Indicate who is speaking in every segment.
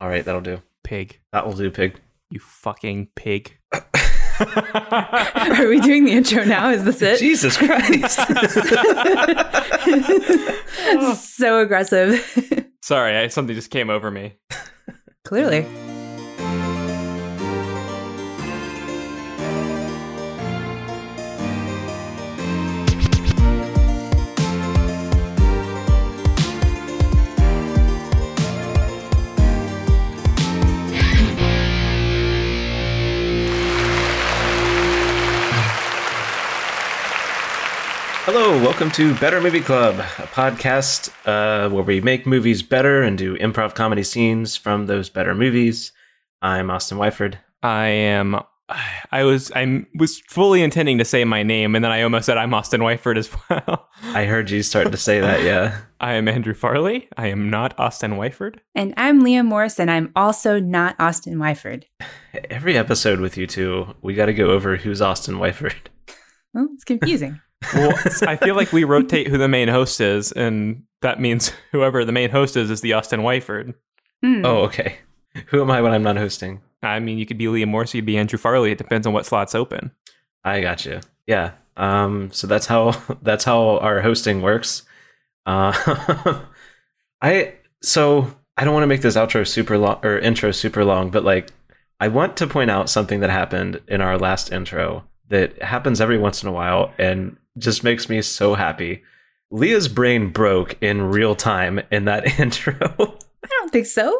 Speaker 1: All right, that'll do.
Speaker 2: Pig.
Speaker 1: That will do, pig.
Speaker 2: You fucking pig.
Speaker 3: Are we doing the intro now? Is this it?
Speaker 1: Jesus Christ.
Speaker 3: so aggressive.
Speaker 2: Sorry, I, something just came over me.
Speaker 3: Clearly.
Speaker 1: Hello, welcome to Better Movie Club, a podcast uh, where we make movies better and do improv comedy scenes from those better movies. I'm Austin Wyford.
Speaker 2: I am. I was. I was fully intending to say my name, and then I almost said I'm Austin Wyford as well.
Speaker 1: I heard you start to say that, yeah.
Speaker 2: I am Andrew Farley. I am not Austin Wyford.
Speaker 3: And I'm Leah Morris, and I'm also not Austin Wyford.
Speaker 1: Every episode with you two, we got to go over who's Austin Wyford.
Speaker 3: Well, it's confusing.
Speaker 2: Well, I feel like we rotate who the main host is, and that means whoever the main host is is the Austin Wyford.
Speaker 3: Hmm.
Speaker 1: Oh, okay. Who am I when I'm not hosting?
Speaker 2: I mean, you could be Liam Morse, you could be Andrew Farley. It depends on what slots open.
Speaker 1: I got you. Yeah. Um. So that's how that's how our hosting works. Uh, I so I don't want to make this outro super long or intro super long, but like I want to point out something that happened in our last intro that happens every once in a while and just makes me so happy. Leah's brain broke in real time in that intro
Speaker 3: I don't think so.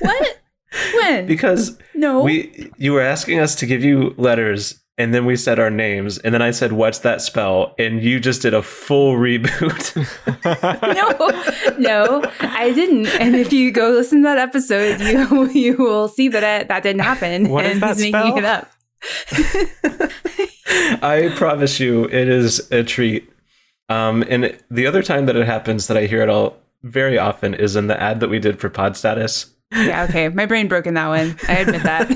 Speaker 3: What? when?
Speaker 1: because
Speaker 3: no.
Speaker 1: we you were asking us to give you letters and then we said our names and then i said what's that spell and you just did a full reboot
Speaker 3: no, no, I didn't. And if you go listen to that episode, you you will see that it, that didn't happen.
Speaker 2: What is
Speaker 3: and
Speaker 2: that
Speaker 3: he's
Speaker 2: spell?
Speaker 3: making it up.
Speaker 1: i promise you it is a treat um, and the other time that it happens that i hear it all very often is in the ad that we did for pod status
Speaker 3: Yeah, okay. My brain broke in that one. I admit that.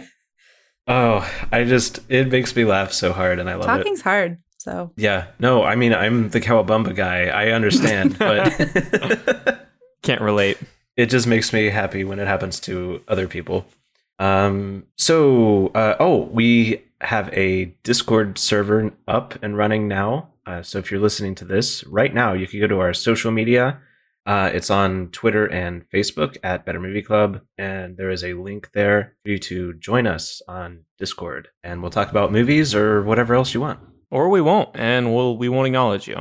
Speaker 2: I
Speaker 1: oh i just it makes me laugh so hard and i love it
Speaker 3: Talking's hard. So
Speaker 1: yeah no i mean i'm the cowabunga guy i understand but
Speaker 2: can't relate.
Speaker 1: it just makes me happy when it happens to other people. Um, so, uh, oh, we have a Discord server up and running now. Uh, so, if you're listening to this right now, you can go to our social media. Uh, it's on Twitter and Facebook at Better Movie Club, and there is a link there for you to join us on Discord, and we'll talk about movies or whatever else you want.
Speaker 2: Or we won't, and we'll we won't acknowledge you.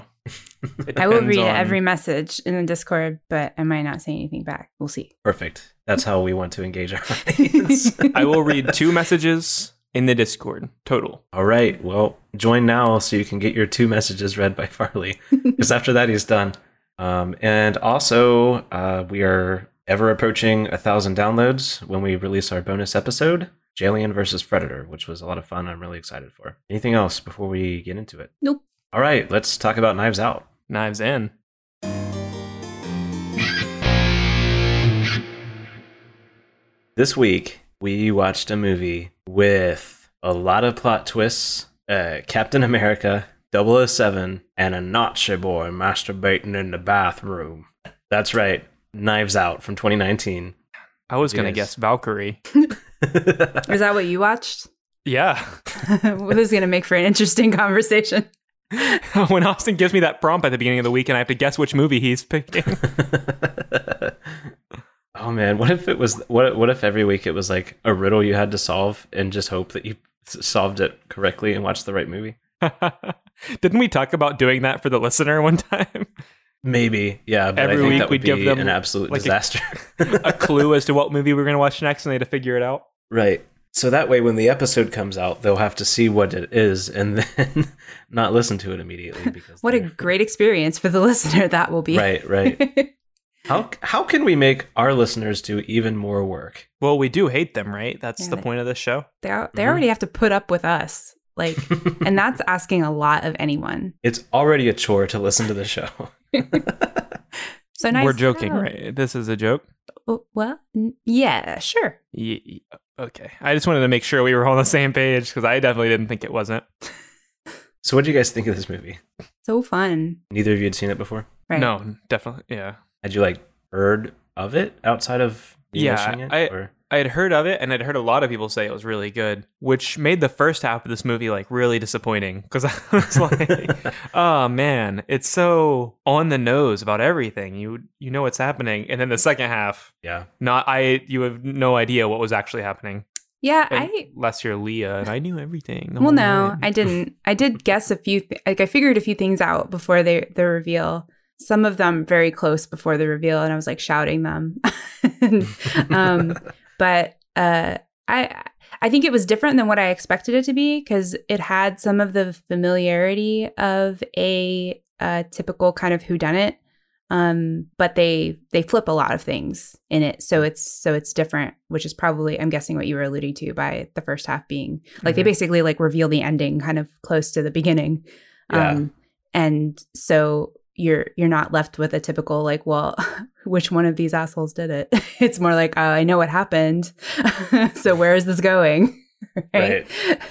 Speaker 2: It
Speaker 3: I will
Speaker 2: depends
Speaker 3: read
Speaker 2: on-
Speaker 3: every message in the Discord, but I might not say anything back. We'll see.
Speaker 1: Perfect. That's how we want to engage our audience.
Speaker 2: I will read two messages in the Discord total.
Speaker 1: All right. Well, join now so you can get your two messages read by Farley. Because after that, he's done. Um, and also, uh, we are ever approaching a thousand downloads when we release our bonus episode, Jalian versus Predator, which was a lot of fun. I'm really excited for. Anything else before we get into it?
Speaker 3: Nope.
Speaker 1: All right. Let's talk about Knives Out.
Speaker 2: Knives in.
Speaker 1: This week, we watched a movie with a lot of plot twists, uh, Captain America, 007, and a Nazi boy masturbating in the bathroom. That's right, Knives Out from 2019.
Speaker 2: I was gonna
Speaker 1: Yes.
Speaker 2: guess Valkyrie.
Speaker 3: Is that what you watched?
Speaker 2: Yeah.
Speaker 3: well, this is going to make for an interesting conversation.
Speaker 2: when Austin gives me that prompt at the beginning of the week and I have to guess which movie he's picking.
Speaker 1: oh man, what if it was what what if every week it was like a riddle you had to solve and just hope that you s- solved it correctly and watched the right movie?
Speaker 2: Didn't we talk about doing that for the listener one time?
Speaker 1: Maybe, yeah. But I
Speaker 2: Every
Speaker 1: think
Speaker 2: week
Speaker 1: that would
Speaker 2: we'd give
Speaker 1: be
Speaker 2: them
Speaker 1: an absolute
Speaker 2: like a-
Speaker 1: disaster.
Speaker 2: A clue as to what movie we were gonna watch next and they had to figure it out.
Speaker 1: Right. So that way, when the episode comes out, they'll have to see what it is and then not listen to it immediately. Because
Speaker 3: What a
Speaker 1: they're-
Speaker 3: great experience for the listener that will be.
Speaker 1: right, right. How how can we make our listeners do even more work?
Speaker 2: Well, we do hate them, right? That's
Speaker 3: Yeah,
Speaker 2: the
Speaker 3: they-
Speaker 2: point of this show.
Speaker 3: they al-
Speaker 2: Mm-hmm.
Speaker 3: they already have to put up with us. Like, and that's asking a lot of anyone.
Speaker 1: It's already a chore to listen to the show.
Speaker 3: So nice.
Speaker 2: We're joking,
Speaker 3: to know.
Speaker 2: right? This is a joke.
Speaker 3: Oh, Well, n- yeah, sure.
Speaker 2: Ye- ye- okay. I just wanted to make sure we were on the same page because I definitely didn't think it wasn't.
Speaker 1: So, what do you guys think of this movie?
Speaker 3: So fun.
Speaker 1: Neither of you had seen it before.
Speaker 3: Right.
Speaker 2: No, definitely. Yeah.
Speaker 1: Had you like heard of it outside of you
Speaker 2: Yeah,
Speaker 1: wishing it?
Speaker 2: I-
Speaker 1: or?
Speaker 2: I had heard of it and I'd heard a lot of people say it was really good, which made the first half of this movie like really disappointing because I was like, oh man, it's so on the nose about everything. You you know what's happening. And then the second half,
Speaker 1: yeah.
Speaker 2: not I you have no idea what was actually happening.
Speaker 3: Yeah, I
Speaker 2: Unless you're Leah and I knew everything. the
Speaker 3: well
Speaker 2: whole
Speaker 3: no,
Speaker 2: time.
Speaker 3: I didn't. I did guess a few th- like I figured a few things out before they the reveal. Some of them very close before the reveal and I was like shouting them. um but uh I I think it was different than what I expected it to be cuz it had some of the familiarity of a uh typical kind of whodunit um but they they flip a lot of things in it so it's so it's different which is probably i'm guessing what you were alluding to by the first half being like they
Speaker 2: Mhm.
Speaker 3: basically like reveal the ending kind of close to the beginning um and so you're you're not left with a typical like well which one of these assholes did it it's more like oh, i know what happened so where is this going
Speaker 1: Right.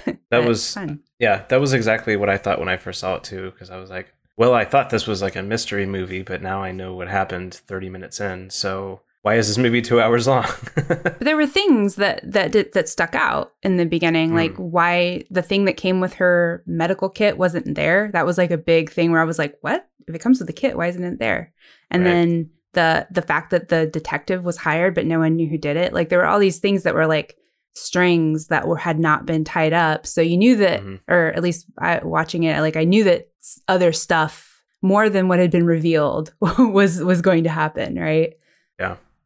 Speaker 1: That
Speaker 3: But
Speaker 1: was-
Speaker 3: fun.
Speaker 1: Yeah, that was exactly what I thought when I first saw it too, because I was like, well, I thought this was like a mystery movie, but now I know what happened 30 minutes in. So why is this movie two hours long?
Speaker 3: But there were things that that did, that stuck out in the beginning, like why the thing that came with her medical kit wasn't there. That was like a big thing where I was like, "What? If it comes with the kit, why isn't it there?" And
Speaker 1: Right.
Speaker 3: then the the fact that the detective was hired, but no one knew who did it. Like there were all these things that were like strings that were had not been tied up, so you knew that,
Speaker 1: Mhm.
Speaker 3: or at least I, watching it, like I knew that s- other stuff more than what had been revealed was was going to happen, right?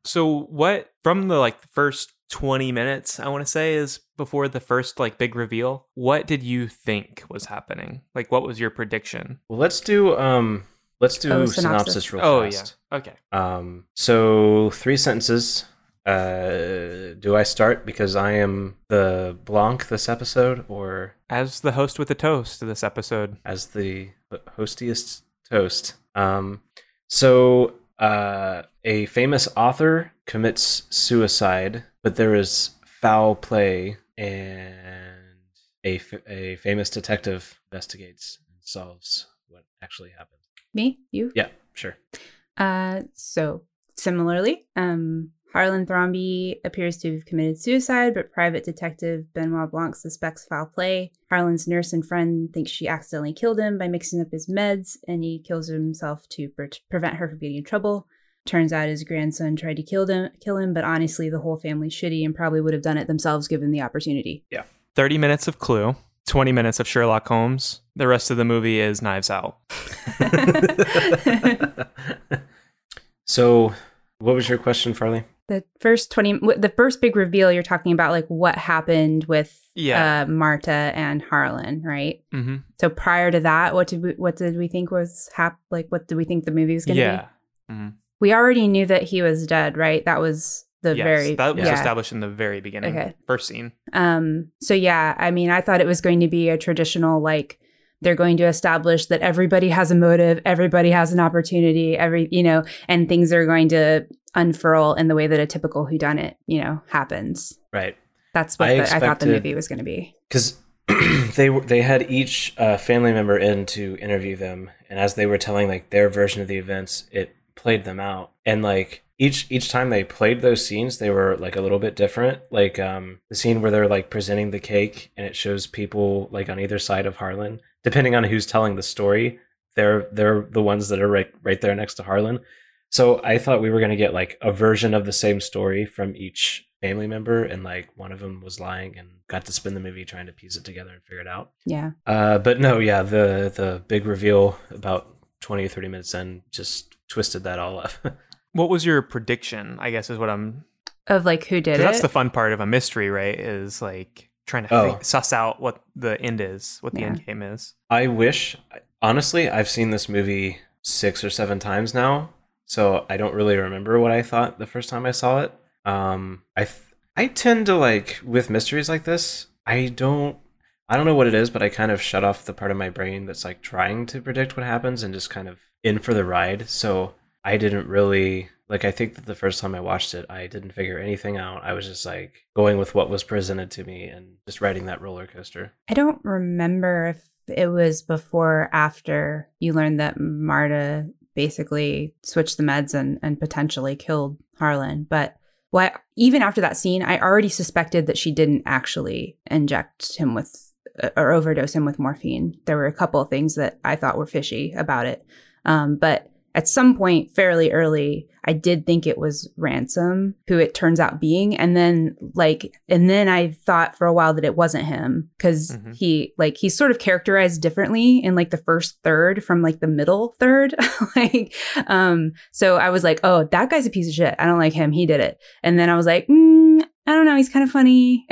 Speaker 2: So what from the like first 20 minutes I want to say is before the first like big reveal, what did you think was happening? Like what was your prediction?
Speaker 1: well, let's do um, let's do
Speaker 3: Oh, synopsis.
Speaker 1: synopsis. real
Speaker 2: oh
Speaker 1: fast.
Speaker 2: yeah. Okay.
Speaker 1: Um, so three sentences. Uh, do I start because I am the Blanc this episode, or
Speaker 2: As the host with the toast of this episode.
Speaker 1: as the hostiest toast. Um, so, uh, a famous author commits suicide, but there is foul play, and a, f- a famous detective investigates and solves what actually happened.
Speaker 3: Me, you,
Speaker 1: Yeah, sure.
Speaker 3: Uh, so similarly, um, Harlan Thrombey appears to have committed suicide, but private detective Benoit Blanc suspects foul play. Harlan's nurse and friend thinks she accidentally killed him by mixing up his meds, and he kills himself to pre- prevent her from getting in trouble. Turns out his grandson tried to kill him, kill him, but honestly, the whole family's shitty and probably would have done it themselves given the opportunity.
Speaker 2: 30 minutes of Clue, 20 minutes of Sherlock Holmes. The rest of the movie is Knives Out.
Speaker 1: so, what was your question, Farley?
Speaker 3: The first twenty, w- the first big reveal you're talking about, like what happened with
Speaker 2: Yeah.
Speaker 3: uh, Marta and Harlan, right?
Speaker 2: Mm-hmm.
Speaker 3: So prior to that, what did we what did we think was hap- like what did we think the movie was going to be?
Speaker 2: Yeah. Mhm.
Speaker 3: We already knew that he was dead, right? That was the
Speaker 2: Yes,
Speaker 3: very
Speaker 2: that was
Speaker 3: yeah.
Speaker 2: established in the very beginning.
Speaker 3: Okay.
Speaker 2: First scene.
Speaker 3: Um so yeah, I mean, I thought it was going to be a traditional like they're going to establish that everybody has a motive, everybody has an opportunity, every you know, and things are going to unfurl in the way that a typical whodunit, you know, happens.
Speaker 1: Right.
Speaker 3: That's what
Speaker 1: I
Speaker 3: the, I thought
Speaker 1: expected-
Speaker 3: the movie was going to be.
Speaker 1: because they were they had each uh, family member in to interview them, and as they were telling like their version of the events, it played them out, and like each each time they played those scenes, they were like a little bit different. Like um, the scene where they're like presenting the cake, and it shows people like on either side of Harlan, depending on who's telling the story. They're they're the ones that are right right there next to Harlan. So I thought we were gonna get like a version of the same story from each family member, and like one of them was lying and got to spend the movie trying to piece it together and figure it out.
Speaker 3: Yeah.
Speaker 1: Uh, but no, yeah, the the big reveal about 20 or 30 minutes in just twisted that all up.
Speaker 2: What was your prediction? I guess is what I'm
Speaker 3: Of like who did
Speaker 2: 'Cause
Speaker 3: it?
Speaker 2: that's the fun part of a mystery, right? Is like trying to
Speaker 1: Oh.
Speaker 2: fi- suss out what the end is, what the end game is.
Speaker 1: I wish, honestly, I've seen this movie six or seven times now, so I don't really remember what I thought the first time I saw it. Um, I th- I tend to like with mysteries like this, I don't. I don't know what it is, but I kind of shut off the part of my brain that's like trying to predict what happens and just kind of in for the ride. So I didn't really like. I think that the first time I watched it, I didn't figure anything out. I was just like going with what was presented to me and just riding that roller coaster.
Speaker 3: I don't remember if it was before or after you learned that Marta basically switched the meds and, and potentially killed Harlan. But what even after that scene, I already suspected that she didn't actually inject him with uh, or overdose him with morphine. There were a couple of things that I thought were fishy about it. Um, but at some point fairly early i did think it was ransom who it turns out being and then like and then i thought for a while that it wasn't him because mm-hmm. he like he's sort of characterized differently in like the first third from like the middle third like um so i was like oh that guy's a piece of shit i don't like him he did it and then i was like mm, I don't know. He's kind of funny.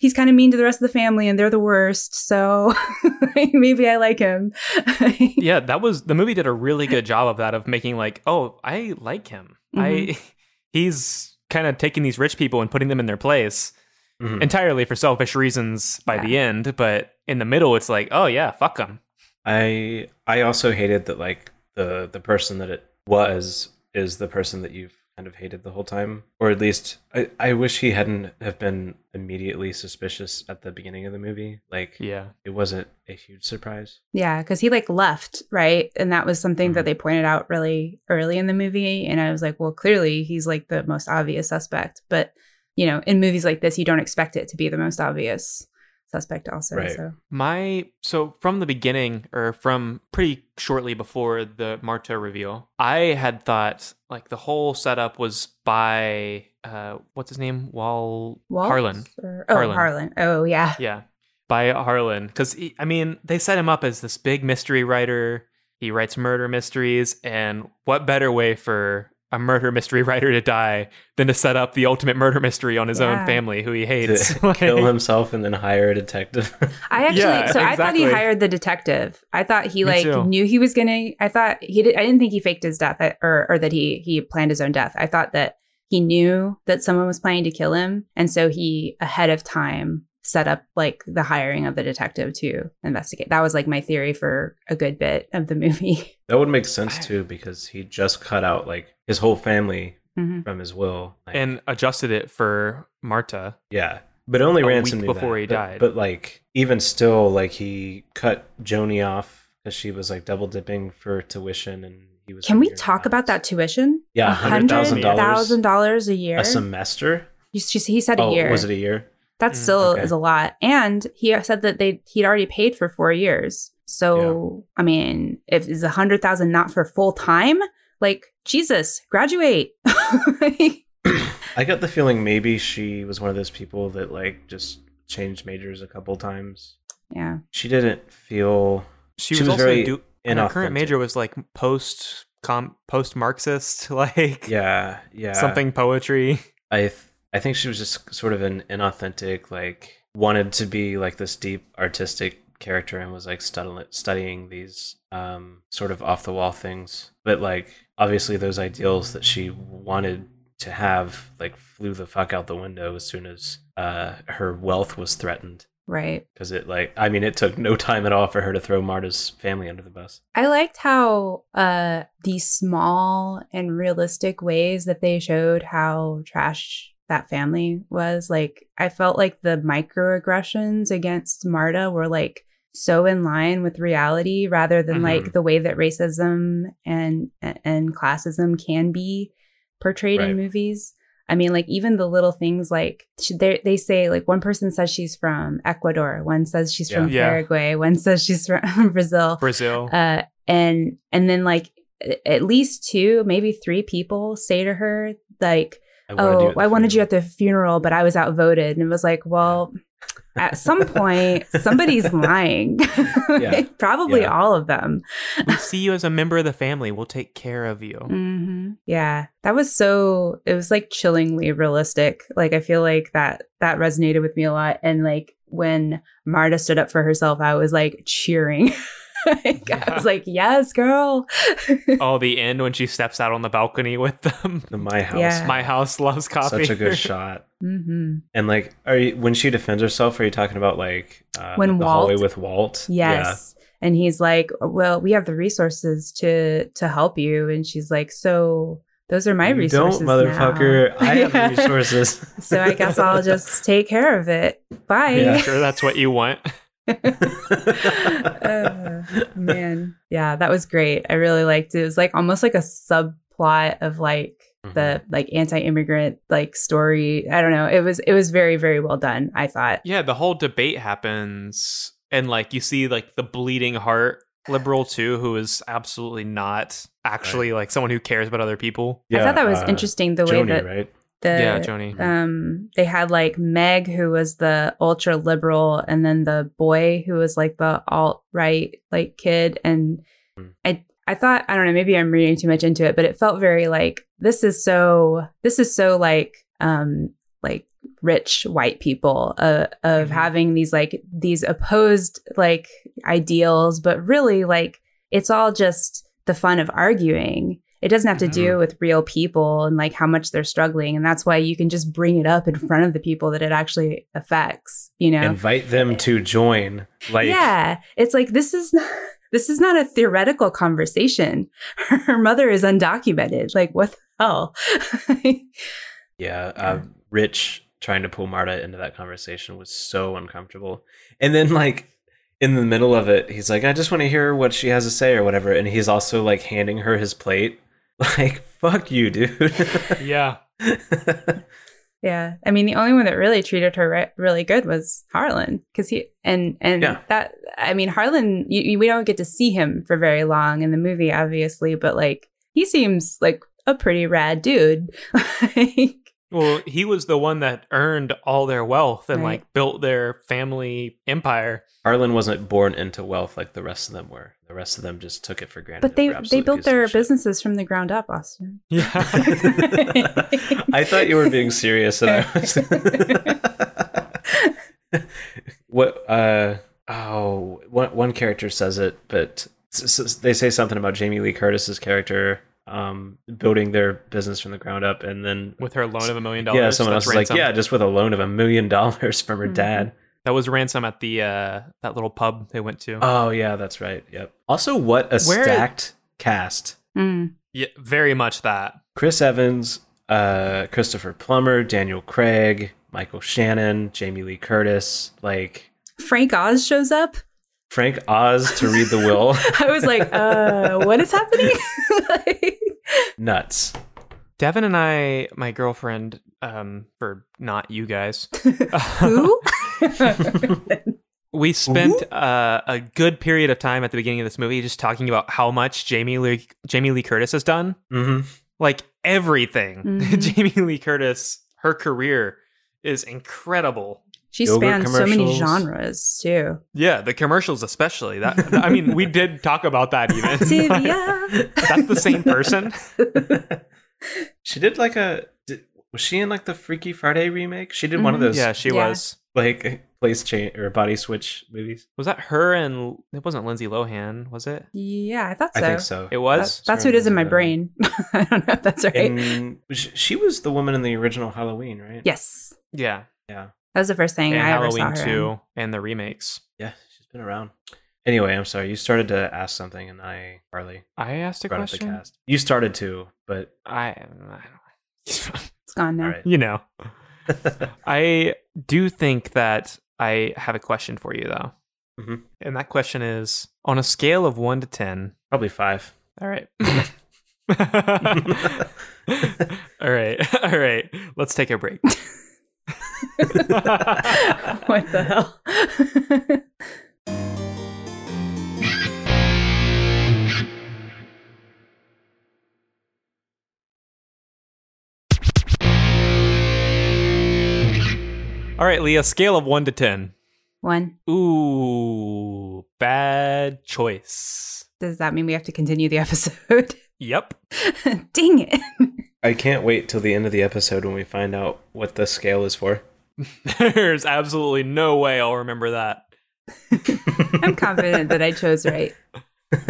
Speaker 3: he's kind of mean to the rest of the family, and they're the worst. So maybe I like him.
Speaker 2: yeah, that was the movie did a really good job of that of making like, oh, I like him. Mm-hmm. I he's kind of taking these rich people and putting them in their place mm-hmm. entirely for selfish reasons by yeah. the end, but in the middle, it's like, oh yeah, fuck them.
Speaker 1: I I also hated that like the the person that it was is the person that you've kind of hated the whole time or at least I, I wish he hadn't have been immediately suspicious at the beginning of the movie like
Speaker 2: yeah
Speaker 1: it wasn't a huge surprise
Speaker 3: yeah because he like left right and that was something mm-hmm. that they pointed out really early in the movie and i was like well clearly he's like the most obvious suspect but you know in movies like this you don't expect it to be the most obvious suspect also right. so
Speaker 2: my so from the beginning or from pretty shortly before the marta reveal i had thought like the whole setup was by uh what's his name wall
Speaker 3: Waltz
Speaker 2: harlan
Speaker 3: or, oh harlan. harlan oh yeah
Speaker 2: yeah by harlan because i mean they set him up as this big mystery writer he writes murder mysteries and what better way for a murder mystery writer to die than to set up the ultimate murder mystery on his yeah. own family who he hates.
Speaker 1: like, kill himself and then hire a detective.
Speaker 3: I actually, yeah, so exactly. I thought he hired the detective. I thought he like knew he was gonna. I thought he did. I didn't think he faked his death or or that he he planned his own death. I thought that he knew that someone was planning to kill him, and so he ahead of time set up like the hiring of the detective to investigate. That was like my theory for a good bit of the movie.
Speaker 1: That would make sense too because he just cut out like his whole family mm-hmm. from his will
Speaker 2: like, and adjusted it for Marta.
Speaker 1: Yeah. But only Ransom
Speaker 2: before
Speaker 1: that.
Speaker 2: he died.
Speaker 1: But, but like even still like he cut Joni off cuz she was like double dipping for tuition and he was
Speaker 3: Can we talk hours. about that tuition?
Speaker 1: Yeah, $100,000
Speaker 3: dollars a year.
Speaker 1: A semester?
Speaker 3: He, he said
Speaker 1: oh,
Speaker 3: a year.
Speaker 1: Was it a year?
Speaker 3: That still Mm, okay. is a lot. And he said that they he'd already paid for four years. So yeah. I mean, if is a hundred thousand not for full time, like Jesus, graduate.
Speaker 1: I got the feeling maybe she was one of those people that like just changed majors a couple times.
Speaker 3: Yeah,
Speaker 1: she didn't feel
Speaker 2: she, she was, was, also very do- and her current major was like post com post Marxist, like
Speaker 1: yeah, yeah,
Speaker 2: something poetry.
Speaker 1: I. Th- I think she was just sort of an inauthentic, like wanted to be like this deep artistic character and was like stud- studying these um, sort of off the wall things. But like obviously those ideals that she wanted to have like flew the fuck out the window as soon as uh, her wealth was threatened.
Speaker 3: Right.
Speaker 1: Because it, like, I mean, it took no time at all for her to throw Marta's family under the bus.
Speaker 3: I liked how uh, these small and realistic ways that they showed how trash that family was. Like, I felt like the microaggressions against Marta were like so in line with reality rather than mm-hmm. like the way that racism and and classism can be portrayed right. in movies. I mean, like even the little things like they they say like one person says she's from Ecuador, one says she's yeah. from yeah. Paraguay, one says she's from Brazil,
Speaker 2: Brazil,
Speaker 3: uh, and and then like at least two, maybe three people say to her like I oh, I wanted funeral. you at the funeral, but I was outvoted. And it was like, well, at some point, somebody's lying. Yeah. Probably yeah. all of them.
Speaker 2: we see you as a member of the family. We'll take care of you.
Speaker 3: Mm-hmm. Yeah. That was so, it was like chillingly realistic. Like, I feel like that, that resonated with me a lot. And like when Marta stood up for herself, I was like cheering. like, yeah. I was like, yes, girl.
Speaker 2: oh, the end when she steps out on the balcony with them.
Speaker 1: The My House.
Speaker 3: Yeah.
Speaker 2: My House loves coffee.
Speaker 1: Such a good shot.
Speaker 3: mm-hmm.
Speaker 1: And like, are you, when she defends herself, are you talking about like uh, when the Walt, hallway with Walt?
Speaker 3: Yes. Yeah. And he's like, well, we have the resources to to help you. And she's like, so those are my
Speaker 1: you
Speaker 3: resources.
Speaker 1: Don't, motherfucker. Now. I have the resources.
Speaker 3: so I guess I'll just take care of it. Bye.
Speaker 2: Yeah, sure. That's what you want.
Speaker 3: uh, man yeah that was great i really liked it it was like almost like a subplot of like the
Speaker 1: Mm-hmm.
Speaker 3: like anti-immigrant like story. I don't know. It was it was very very well done. I thought.
Speaker 2: Yeah, the whole debate happens, and like you see, like the bleeding heart liberal too, who is absolutely not actually like someone who cares about other people.
Speaker 3: I thought that was
Speaker 1: uh,
Speaker 3: interesting the way
Speaker 1: Joni,
Speaker 3: that
Speaker 1: right?
Speaker 3: the
Speaker 2: yeah, Joni.
Speaker 3: um they had like Meg who was the ultra liberal and then the boy who was like the alt right like kid and
Speaker 1: Mm.
Speaker 3: I I thought I don't know maybe I'm reading too much into it but it felt very like this is so this is so like um like rich white people uh, of
Speaker 2: Mhm.
Speaker 3: having these like these opposed like ideals but really like it's all just the fun of arguing. It doesn't have to do with real people and like how much they're struggling. And that's why you can just bring it up in front of the people that it actually affects, you know?
Speaker 1: Invite them to join. Like,
Speaker 3: yeah. It's like this is not this is not a theoretical conversation. Her mother is undocumented. Like what the hell?
Speaker 1: Yeah, uh, Rich trying to pull Marta into that conversation was so uncomfortable. And then, like, in the middle of it, he's like, I just want to hear what she has to say or whatever. And he's also, like, handing her his plate. Like, fuck you, dude.
Speaker 2: yeah.
Speaker 3: yeah. I mean, the only one that really treated her re- really good was Harlan cuz he and and
Speaker 1: Yeah.
Speaker 3: that I mean, Harlan you, you, we don't get to see him for very long in the movie obviously, but like he seems like a pretty rad dude. Like,
Speaker 2: Well, he was the one that earned all their wealth and
Speaker 3: Right.
Speaker 2: like built their family empire.
Speaker 1: Harlan wasn't born into wealth like the rest of them were. The rest of them just took it for granted.
Speaker 3: But they
Speaker 1: and were
Speaker 3: they
Speaker 1: absolute
Speaker 3: built
Speaker 1: pieces of
Speaker 3: their
Speaker 1: shit.
Speaker 3: businesses from the ground up, Austin.
Speaker 2: Yeah.
Speaker 1: I thought you were being serious, and I was. what? Uh, oh, one one character says it, but s- s- they say something about Jamie Lee Curtis's character um, building their business from the ground up, and then
Speaker 2: With her loan of a million dollars.
Speaker 1: yeah, someone else
Speaker 2: that's
Speaker 1: is like,
Speaker 2: ransom.
Speaker 1: yeah, just with a loan of a million dollars from her
Speaker 3: Mhm.
Speaker 1: dad.
Speaker 2: That was ransom at the uh that little pub they went to.
Speaker 1: Oh yeah, that's right. Yep. Also, what a
Speaker 2: Where-
Speaker 1: stacked cast.
Speaker 3: Mm.
Speaker 2: yeah, very much that.
Speaker 1: Chris Evans, uh, Christopher Plummer, Daniel Craig, Michael Shannon, Jamie Lee Curtis, like
Speaker 3: Frank Oz shows up.
Speaker 1: Frank Oz to read the will.
Speaker 3: I was like, uh, what is happening? Like,
Speaker 1: Nuts.
Speaker 2: Devin and I, my girlfriend, um, for not you guys,
Speaker 3: who?
Speaker 2: we spent uh, a good period of time at the beginning of this movie just talking about how much Jamie Lee Jamie Lee Curtis has done,
Speaker 1: hmm
Speaker 2: like everything.
Speaker 3: Mhm.
Speaker 2: Jamie Lee Curtis, her career is incredible.
Speaker 3: she
Speaker 1: Yogurt
Speaker 3: spans so many
Speaker 1: commercials.
Speaker 3: genres too.
Speaker 2: Yeah, the commercials especially. That I mean, we did talk about that even.
Speaker 3: Activia.
Speaker 2: That's the same person.
Speaker 1: She did like a. Did, was she in like the Freaky Friday remake? She did one of
Speaker 3: Mhm.
Speaker 1: those
Speaker 2: Mm-hmm. Yeah, she
Speaker 3: Yeah.
Speaker 2: was.
Speaker 1: like place change or body switch movies.
Speaker 2: Was that her and it wasn't Lindsay Lohan, was it?
Speaker 3: yeah, I thought
Speaker 1: I
Speaker 3: so.
Speaker 1: think so.
Speaker 2: It was.
Speaker 3: That's who it is in my brain. I don't know if that's right.
Speaker 1: And sh- she was the woman in the original Halloween, right?
Speaker 3: yes,
Speaker 2: Yeah.
Speaker 1: Yeah.
Speaker 3: that was the first thing
Speaker 2: and
Speaker 3: I
Speaker 2: Halloween
Speaker 3: ever saw her. in.
Speaker 2: two and the remakes.
Speaker 1: Yeah. She's been around. Anyway, I'm sorry. You started to ask something, and I Harley
Speaker 2: I asked a
Speaker 1: brought up the
Speaker 2: question.
Speaker 1: cast. You started to, but
Speaker 2: I, I don't know.
Speaker 3: It's gone now.
Speaker 1: all right.
Speaker 2: you know. I do think that I have a question for you though.
Speaker 1: Mhm.
Speaker 2: And that question is on a scale of one to ten.
Speaker 1: Probably five.
Speaker 2: All right. all right. All right. Let's take a break.
Speaker 3: what the hell?
Speaker 2: All right, Leah, scale of one to ten.
Speaker 3: One.
Speaker 2: Ooh, bad choice.
Speaker 3: Does that mean we have to continue the episode?
Speaker 2: Yep.
Speaker 3: Dang it.
Speaker 1: I can't wait till the end of the episode when we find out what the scale is for.
Speaker 2: There's absolutely no way I'll remember that.
Speaker 3: I'm confident that I chose right.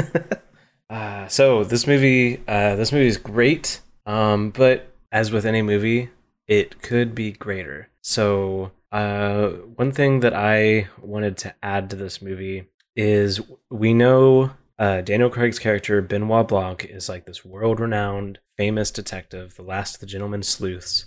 Speaker 1: Uh, so this movie, uh, this movie is great, um, but as with any movie, it could be greater. So uh, one thing that I wanted to add to this movie is we know uh, Daniel Craig's character Benoit Blanc is like this world-renowned, famous detective, the last of the gentlemen sleuths.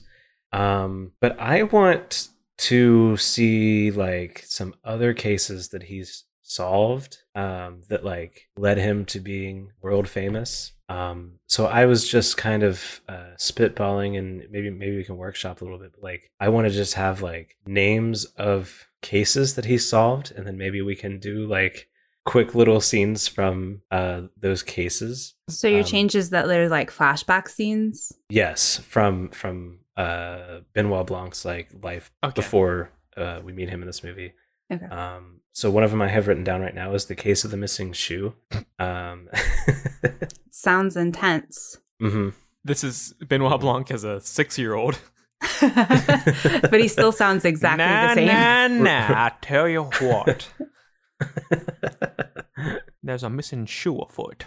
Speaker 1: Um, but I want to see like some other cases that he's solved um, that like led him to being world famous. Um, so I was just kind of uh, spitballing, and maybe maybe we can workshop a little bit. But like, I want to just have like names of cases that he solved, and then maybe we can do like quick little scenes from uh, those cases.
Speaker 3: So your
Speaker 1: Um,
Speaker 3: change is that they're like flashback scenes.
Speaker 1: Yes, from from uh, Benoit Blanc's like life
Speaker 2: Okay.
Speaker 1: before uh, we meet him in this movie.
Speaker 3: Okay.
Speaker 1: Um, so one of them I have written down right now is the case of the missing shoe. Um,
Speaker 3: Sounds intense.
Speaker 1: mhm.
Speaker 2: This is
Speaker 1: Mm-hmm.
Speaker 2: Benoit Blanc as a six-year-old.
Speaker 3: but he still sounds exactly
Speaker 2: nah,
Speaker 3: the same.
Speaker 2: Nah, nah. I tell you what, there's a missing shoe afoot.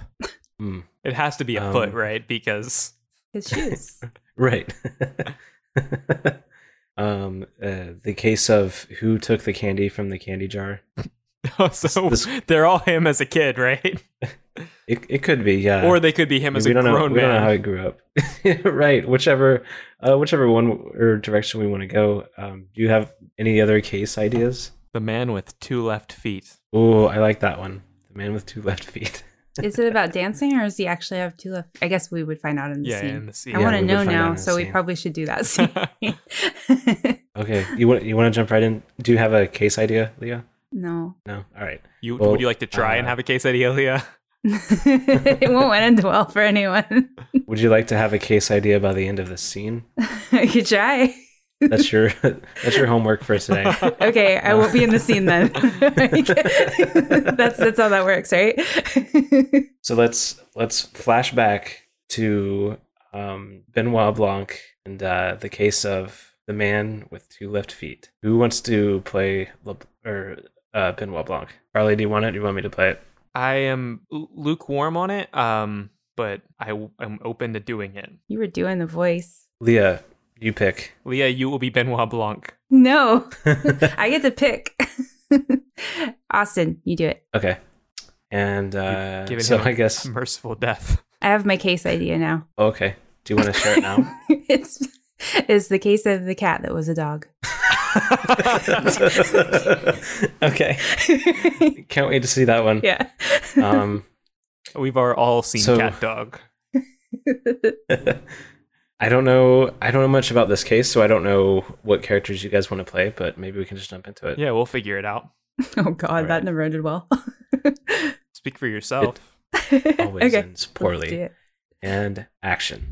Speaker 1: Hmm.
Speaker 2: It has to be a foot,
Speaker 1: Um,
Speaker 2: right? Because
Speaker 3: His shoes.
Speaker 1: Right. um, uh, the case of who took the candy from the candy jar.
Speaker 2: so
Speaker 1: this-
Speaker 2: they're all him as a kid, right?
Speaker 1: It it could be yeah.
Speaker 2: or they could be him as
Speaker 1: we
Speaker 2: a
Speaker 1: don't know.
Speaker 2: grown
Speaker 1: We don't know how
Speaker 2: man.
Speaker 1: he grew up. right. Whichever, uh, whichever one or direction we want to go. Um, do you have any other case ideas?
Speaker 2: the man with two left feet.
Speaker 1: Oh, I like that one. The man with two left feet.
Speaker 3: is it about dancing or does he actually have two left? I guess we would find out in the
Speaker 2: Yeah,
Speaker 3: scene.
Speaker 2: in the scene.
Speaker 3: I
Speaker 1: Yeah,
Speaker 3: want
Speaker 1: we
Speaker 3: to
Speaker 1: would
Speaker 3: know
Speaker 1: find out in
Speaker 3: now,
Speaker 1: the
Speaker 3: so we
Speaker 1: scene.
Speaker 3: probably should do that scene.
Speaker 1: Okay. You want you want to jump right in? Do you have a case idea, Leah?
Speaker 3: no.
Speaker 1: No. All right.
Speaker 2: You
Speaker 1: Well,
Speaker 2: would you like to try and
Speaker 1: uh,
Speaker 2: have a case idea, Leah?
Speaker 3: it won't end well for anyone.
Speaker 1: Would you like to have a case idea by the end of this scene?
Speaker 3: I could try.
Speaker 1: That's your that's your homework for today.
Speaker 3: Okay, I won't be in the scene then. that's that's how that works, right?
Speaker 1: So let's let's flash back to um, Benoit Blanc and uh, the case of the man with two left feet. Who wants to play Le- or uh, Benoit Blanc? Charlie, do you want it? Do you want me to play it?
Speaker 2: I am l- lukewarm on it, um, but I w- am open to doing it.
Speaker 3: you were doing the voice.
Speaker 1: Leah, you pick.
Speaker 2: Leah, you will be Benoit Blanc.
Speaker 3: No, I get to pick. Austin, you do it.
Speaker 1: Okay. And uh,
Speaker 2: given
Speaker 1: so
Speaker 2: him
Speaker 1: I guess
Speaker 2: Merciful death.
Speaker 3: I have my case idea now.
Speaker 1: okay. Do you want to share it now?
Speaker 3: it's it's the case of the cat that was a dog.
Speaker 1: okay. Can't wait to see that one.
Speaker 3: yeah.
Speaker 1: Um,
Speaker 2: We've are all seen
Speaker 1: So-
Speaker 2: cat dog.
Speaker 1: I don't know. I don't know much about this case, so I don't know what characters you guys want to play. But maybe we can just jump into it.
Speaker 2: Yeah, we'll figure it out.
Speaker 3: oh God,
Speaker 1: All right.
Speaker 3: that never ended well.
Speaker 2: Speak for yourself.
Speaker 1: Always
Speaker 3: okay.
Speaker 1: ends
Speaker 3: Let's do
Speaker 1: poorly.
Speaker 3: it.
Speaker 1: And action.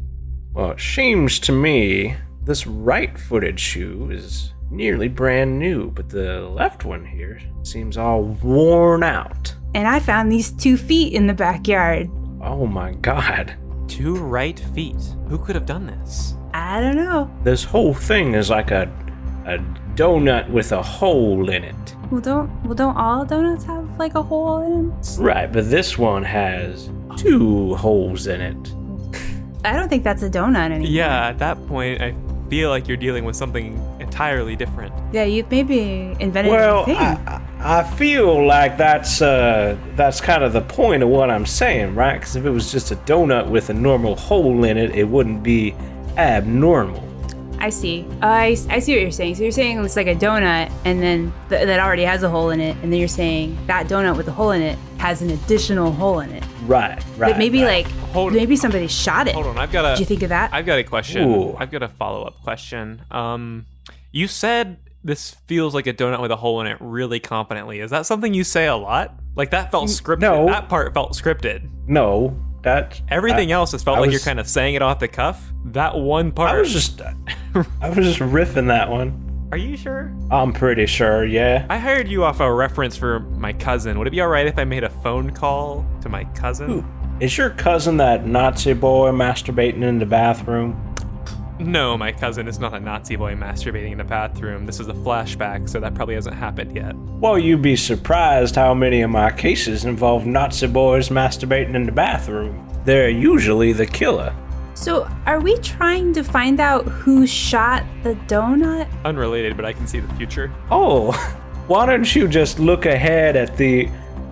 Speaker 1: Well, it seems to me this right-footed shoe is nearly brand new, but the left one here seems all worn out.
Speaker 3: And I found these two feet in the backyard.
Speaker 1: Oh my god.
Speaker 2: Two right feet. Who could have done this?
Speaker 3: I don't know.
Speaker 1: This whole thing is like a a donut with a hole in it.
Speaker 3: Well, don't well don't all donuts have like a hole in them?
Speaker 1: Right, but this one has two holes in it.
Speaker 3: I don't think that's a donut anymore.
Speaker 2: Yeah, at that point, I feel like you're dealing with something entirely different.
Speaker 3: Yeah, you've maybe invented a
Speaker 1: Well,
Speaker 3: new thing.
Speaker 1: I, I I feel like that's uh, that's kind of the point of what I'm saying, right? Because if it was just a donut with a normal hole in it, it wouldn't be abnormal.
Speaker 3: I see. Oh, I, I see what you're saying. So you're saying it's like a donut, and then th- that already has a hole in it, and then you're saying that donut with a hole in it has an additional hole in it.
Speaker 1: Right, right.
Speaker 3: But maybe
Speaker 1: right.
Speaker 3: like
Speaker 2: Hold-
Speaker 3: maybe somebody shot it.
Speaker 2: Hold on, I've got a.
Speaker 3: Did you think of that?
Speaker 2: I've got a question.
Speaker 1: Ooh.
Speaker 2: I've got a follow up question. Um, you said this feels like a donut with a hole in it really confidently. Is that something you say a lot? Like that felt scripted.
Speaker 1: no.
Speaker 2: That part felt scripted.
Speaker 1: no, that
Speaker 2: Everything
Speaker 1: I,
Speaker 2: else has felt
Speaker 1: I
Speaker 2: like you're
Speaker 1: was-
Speaker 2: kind of saying it off the cuff. That one part.
Speaker 1: I was just I was just riffing that one.
Speaker 2: Are you sure?
Speaker 1: I'm pretty sure, yeah.
Speaker 2: I hired you off a reference for my cousin. Would it be all right if I made a phone call to my cousin?
Speaker 1: Ooh, Is your cousin that Nazi boy masturbating in the bathroom?
Speaker 2: No, my cousin is not a Nazi boy masturbating in the bathroom. This is a flashback, so that probably hasn't happened yet.
Speaker 1: Well, you'd be surprised how many of my cases involve Nazi boys masturbating in the bathroom. They're usually the killer.
Speaker 3: so are we trying to find out who shot the donut?
Speaker 2: Unrelated, but I can see the future.
Speaker 1: Oh, why don't you just look ahead at the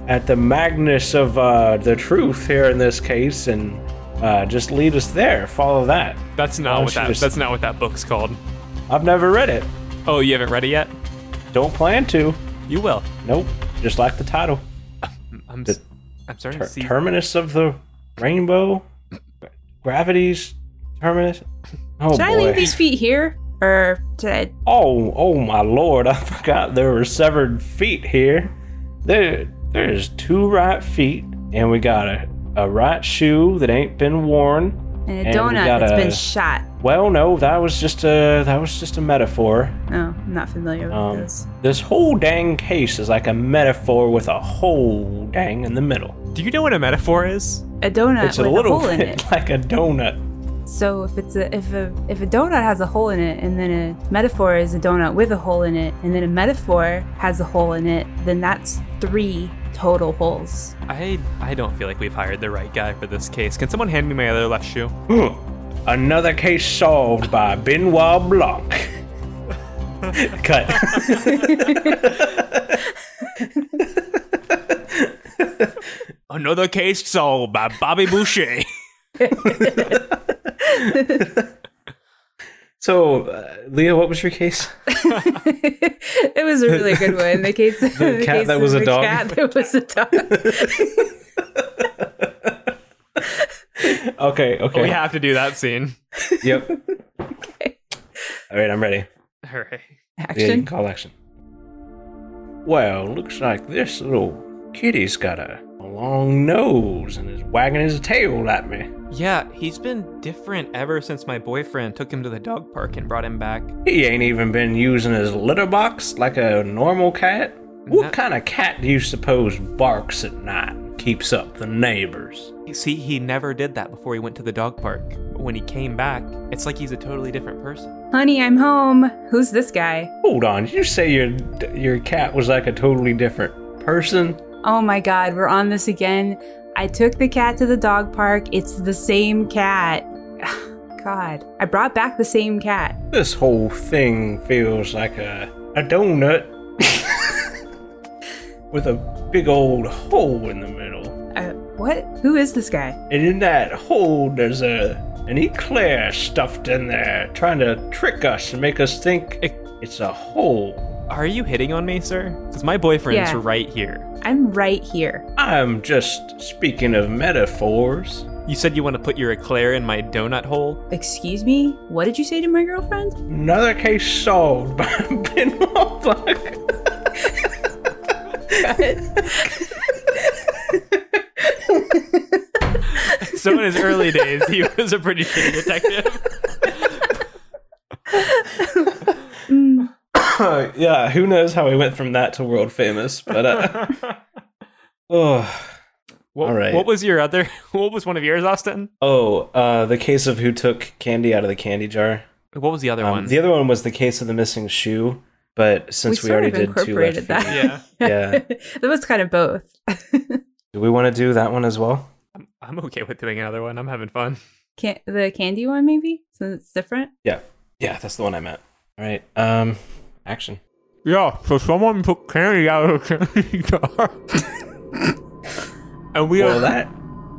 Speaker 1: at the magnus of uh, the truth here in this case and uh, just lead us there. Follow that.
Speaker 2: That's
Speaker 1: Why
Speaker 2: not
Speaker 1: don't
Speaker 2: what
Speaker 1: you
Speaker 2: that.
Speaker 1: Oh, just-
Speaker 2: That's not what that book's called.
Speaker 1: I've never read it.
Speaker 2: Oh, you haven't read it yet?
Speaker 1: Don't plan to.
Speaker 2: You will.
Speaker 1: Nope. Just like the title,
Speaker 2: I'm. s- I'm starting
Speaker 1: Ter-
Speaker 2: to see.
Speaker 1: terminus of the rainbow. gravity's terminus. Oh
Speaker 3: Should
Speaker 1: boy.
Speaker 3: I leave these feet here? Or should I?
Speaker 1: Oh, oh my lord! I forgot there were severed feet here. There, there's two right feet, and we got a, a right shoe that ain't been worn.
Speaker 3: And a
Speaker 1: And we
Speaker 3: donut
Speaker 1: got
Speaker 3: that's
Speaker 1: a-
Speaker 3: been shot.
Speaker 1: Well, no, that was just a that was just a metaphor.
Speaker 3: Oh, I'm not familiar with
Speaker 1: Um,
Speaker 3: this.
Speaker 1: this whole dang case is like a metaphor with a hole dang in the middle.
Speaker 2: Do you know what a metaphor is?
Speaker 3: A donut
Speaker 1: it's a
Speaker 3: with a,
Speaker 1: little
Speaker 3: hole in
Speaker 1: bit
Speaker 3: it.
Speaker 1: like a donut.
Speaker 3: So if it's a if a if a donut has a hole in it, and then a metaphor is a donut with a hole in it, and then a metaphor has a hole in it, then that's three total holes.
Speaker 2: I I don't feel like we've hired the right guy for this case. Can someone hand me my other left shoe?
Speaker 1: Another case solved by Benoit Blanc. Cut.
Speaker 2: Another case solved by Bobby Boucher.
Speaker 1: so, uh, Leah, what was your case?
Speaker 3: it was a really good one. The case the,
Speaker 1: cat
Speaker 3: case
Speaker 1: that
Speaker 3: of
Speaker 1: was a
Speaker 3: the
Speaker 1: dog.
Speaker 3: Cat that was a dog.
Speaker 1: Okay, okay.
Speaker 2: we have to do that scene.
Speaker 1: Yep. All right, I'm ready.
Speaker 2: Hooray.
Speaker 1: Yeah, you can
Speaker 3: Action.
Speaker 1: call action. Well, looks like this little kitty's got a, a long nose and is wagging his tail at me.
Speaker 2: Yeah, he's been different ever since my boyfriend took him to the dog park and brought him back.
Speaker 1: He ain't even been using his litter box like a normal cat. What
Speaker 2: Not-
Speaker 1: kind of cat do you suppose barks at night and keeps up the neighbors?
Speaker 2: See, he never did that before he went to the dog park. When he came back, it's like he's a totally different person.
Speaker 3: Honey, I'm home. Who's this guy?
Speaker 1: Hold on, did you say your your cat was like a totally different person?
Speaker 3: Oh my god, we're on this again. I took the cat to the dog park. It's the same cat. God, I brought back the same cat.
Speaker 1: This whole thing feels like a a donut with a big old hole in the middle.
Speaker 3: Uh, what? Who is this guy?
Speaker 1: And in that hole there's a an eclair stuffed in there trying to trick us and make us think
Speaker 2: Ec-
Speaker 1: it's a hole.
Speaker 2: Are you hitting on me, sir? Because my boyfriend's
Speaker 3: Yeah.
Speaker 2: right here.
Speaker 3: I'm right here.
Speaker 1: I'm just speaking of metaphors.
Speaker 2: You said you want to put your eclair in my donut hole?
Speaker 3: Excuse me? What did you say to my girlfriend?
Speaker 1: Another case solved by Benoit Blanc.
Speaker 2: So in his early days, he was a pretty shitty detective.
Speaker 3: Mm,
Speaker 1: yeah, who knows how we went from that to world famous, but uh, oh,
Speaker 2: What,
Speaker 1: All right.
Speaker 2: what was your other? What was one of yours, Austin?
Speaker 1: oh, uh, the case of who took candy out of the candy jar.
Speaker 2: What was the other one?
Speaker 1: Um, the other one was the case of the missing shoe, but since
Speaker 3: We
Speaker 1: we,
Speaker 3: sort
Speaker 1: already
Speaker 3: of
Speaker 1: did two left,
Speaker 3: incorporated that.
Speaker 1: field-
Speaker 2: yeah,
Speaker 1: yeah,
Speaker 3: that was kind of both.
Speaker 1: do we want to do that one as well?
Speaker 2: I'm okay with doing another one. I'm having fun.
Speaker 3: Can- the candy one, maybe? Since it's different?
Speaker 1: Yeah, that's the one I meant. All right, um, action.
Speaker 2: Yeah, so someone took candy out of the candy jar, and we
Speaker 1: Well, that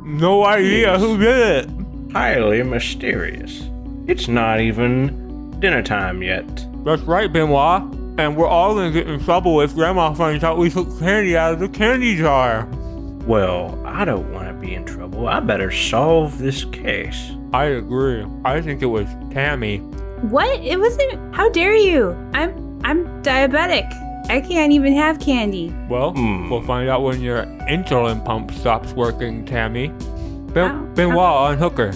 Speaker 2: no idea who did it.
Speaker 1: highly mysterious. It's not even dinner time yet.
Speaker 2: That's right, Benoit. And we're all gonna get in trouble if Grandma finds out we took candy out of the candy jar.
Speaker 1: Well, I don't want to be in trouble. I better solve this case.
Speaker 2: I agree. I think it was Tammy.
Speaker 3: What? It wasn't. How dare you? I'm I'm diabetic. I can't even have candy.
Speaker 2: Well,
Speaker 1: Hmm.
Speaker 2: we'll find out when your insulin pump stops working, Tammy.
Speaker 3: Ow.
Speaker 2: Ben- Benoit, unhook her.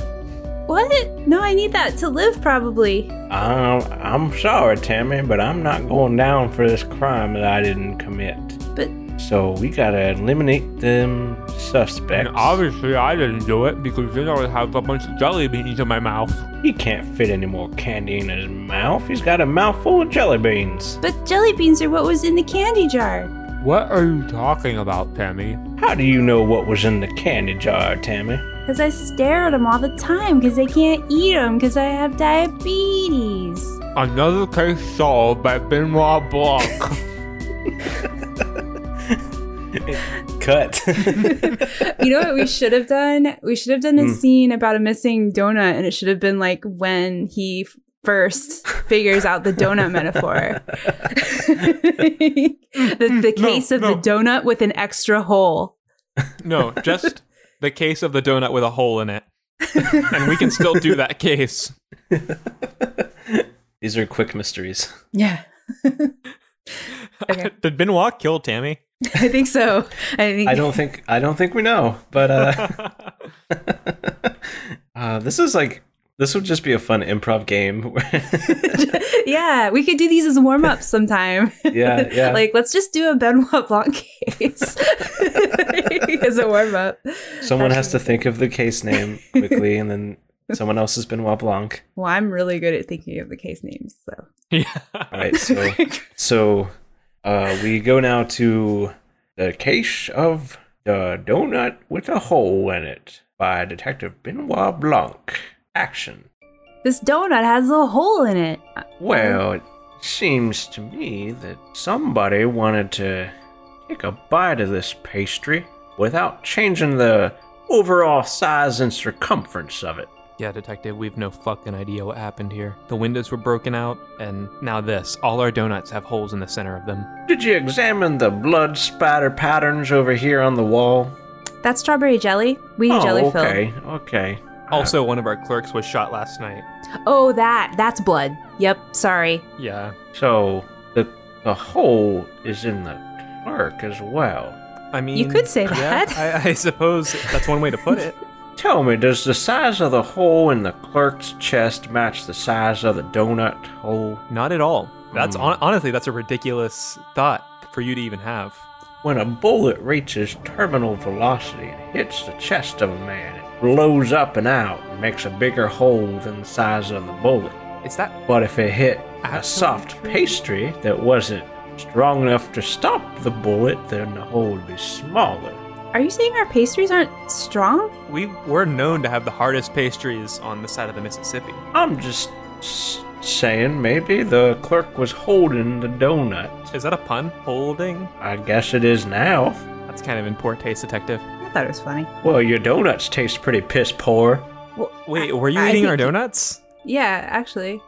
Speaker 3: What? No, I need that to live probably.
Speaker 1: Um, I'm sorry, Tammy, but I'm not going down for this crime that I didn't commit.
Speaker 3: But
Speaker 1: So we gotta eliminate them
Speaker 2: And
Speaker 1: suspects.
Speaker 2: obviously, I didn't do it because then I would have a bunch of jelly beans in my mouth.
Speaker 1: He can't fit any more candy in his mouth. He's got a mouthful of jelly beans.
Speaker 3: but jelly beans are what was in the candy jar.
Speaker 2: What are you talking about, Tammy?
Speaker 1: How do you know what was in the candy jar, Tammy?
Speaker 3: Cause I stare at them all the time. Cause I can't eat them. Cause I have diabetes.
Speaker 2: Another case solved by Benoit Blanc.
Speaker 1: Cut.
Speaker 3: You know what we should have done? We should have done
Speaker 1: Hmm.
Speaker 3: a scene about a missing donut, and it should have been like when he f- first figures out the donut metaphor.
Speaker 1: Hmm,
Speaker 3: the the
Speaker 2: no,
Speaker 3: case of
Speaker 2: no.
Speaker 3: the donut with an extra hole.
Speaker 2: no, just the case of the donut with a hole in it. and we can still do that case.
Speaker 1: These are quick mysteries.
Speaker 3: yeah. Okay.
Speaker 2: Did Benoit kill Tammy?
Speaker 3: I think so. I think
Speaker 1: I don't think I don't think we know, but uh, uh, this is like this would just be a fun improv game.
Speaker 3: yeah, we could do these as warm ups sometime.
Speaker 1: yeah, yeah.
Speaker 3: like, let's just do a Benoit Blanc case as a warm up.
Speaker 1: Someone has to think of the case name quickly, and then someone else has been Blanc.
Speaker 3: Well, I'm really good at thinking of the case names. So,
Speaker 1: All right, so so uh, we go now to the case of the donut with a hole in it by Detective Benoit Blanc. Action.
Speaker 3: this donut has a hole in it. Uh,
Speaker 1: Well, it seems to me that somebody wanted to take a bite of this pastry without changing the overall size and circumference of it.
Speaker 2: Yeah, detective, we've no fucking idea what happened here. The windows were broken out, and now this. All our donuts have holes in the center of them.
Speaker 1: Did you examine the blood spatter patterns over here on the wall? Oh,
Speaker 3: That's strawberry jelly. We
Speaker 2: Oh,
Speaker 3: need jelly filled.
Speaker 1: okay, okay.
Speaker 2: Also, one of our clerks was shot last night.
Speaker 3: Oh, that. That's blood. Yep. Sorry.
Speaker 2: Yeah.
Speaker 1: So the the hole is in the clerk as well.
Speaker 2: I mean,
Speaker 3: could say
Speaker 2: yeah,
Speaker 3: that.
Speaker 2: I, I suppose that's one way to put it.
Speaker 1: Tell me, does the size of the hole in the clerk's chest match the size of the donut hole?
Speaker 2: Not at all. That's
Speaker 1: Hmm.
Speaker 2: hon- honestly, that's a ridiculous thought for you to even have.
Speaker 1: When a bullet reaches terminal velocity and hits the chest of a man, it blows up and out and makes a bigger hole than the size of the bullet.
Speaker 2: Is that
Speaker 1: But if it hit
Speaker 2: Absolutely
Speaker 1: a soft
Speaker 2: true.
Speaker 1: pastry that wasn't strong enough to stop the bullet, then the hole would be smaller.
Speaker 3: Are you saying our pastries aren't strong?
Speaker 2: we were known to have the hardest pastries on the side of the Mississippi?
Speaker 1: I'm just s- saying, maybe the clerk was holding the donut.
Speaker 2: Is that a pun? Holding?
Speaker 1: I guess it is now.
Speaker 2: That's kind of in poor taste, detective.
Speaker 3: I thought it was funny.
Speaker 1: Well, your donuts taste pretty piss poor.
Speaker 3: Well,
Speaker 2: Wait, were you
Speaker 3: I
Speaker 2: eating
Speaker 3: think-
Speaker 2: our donuts?
Speaker 3: Yeah, actually.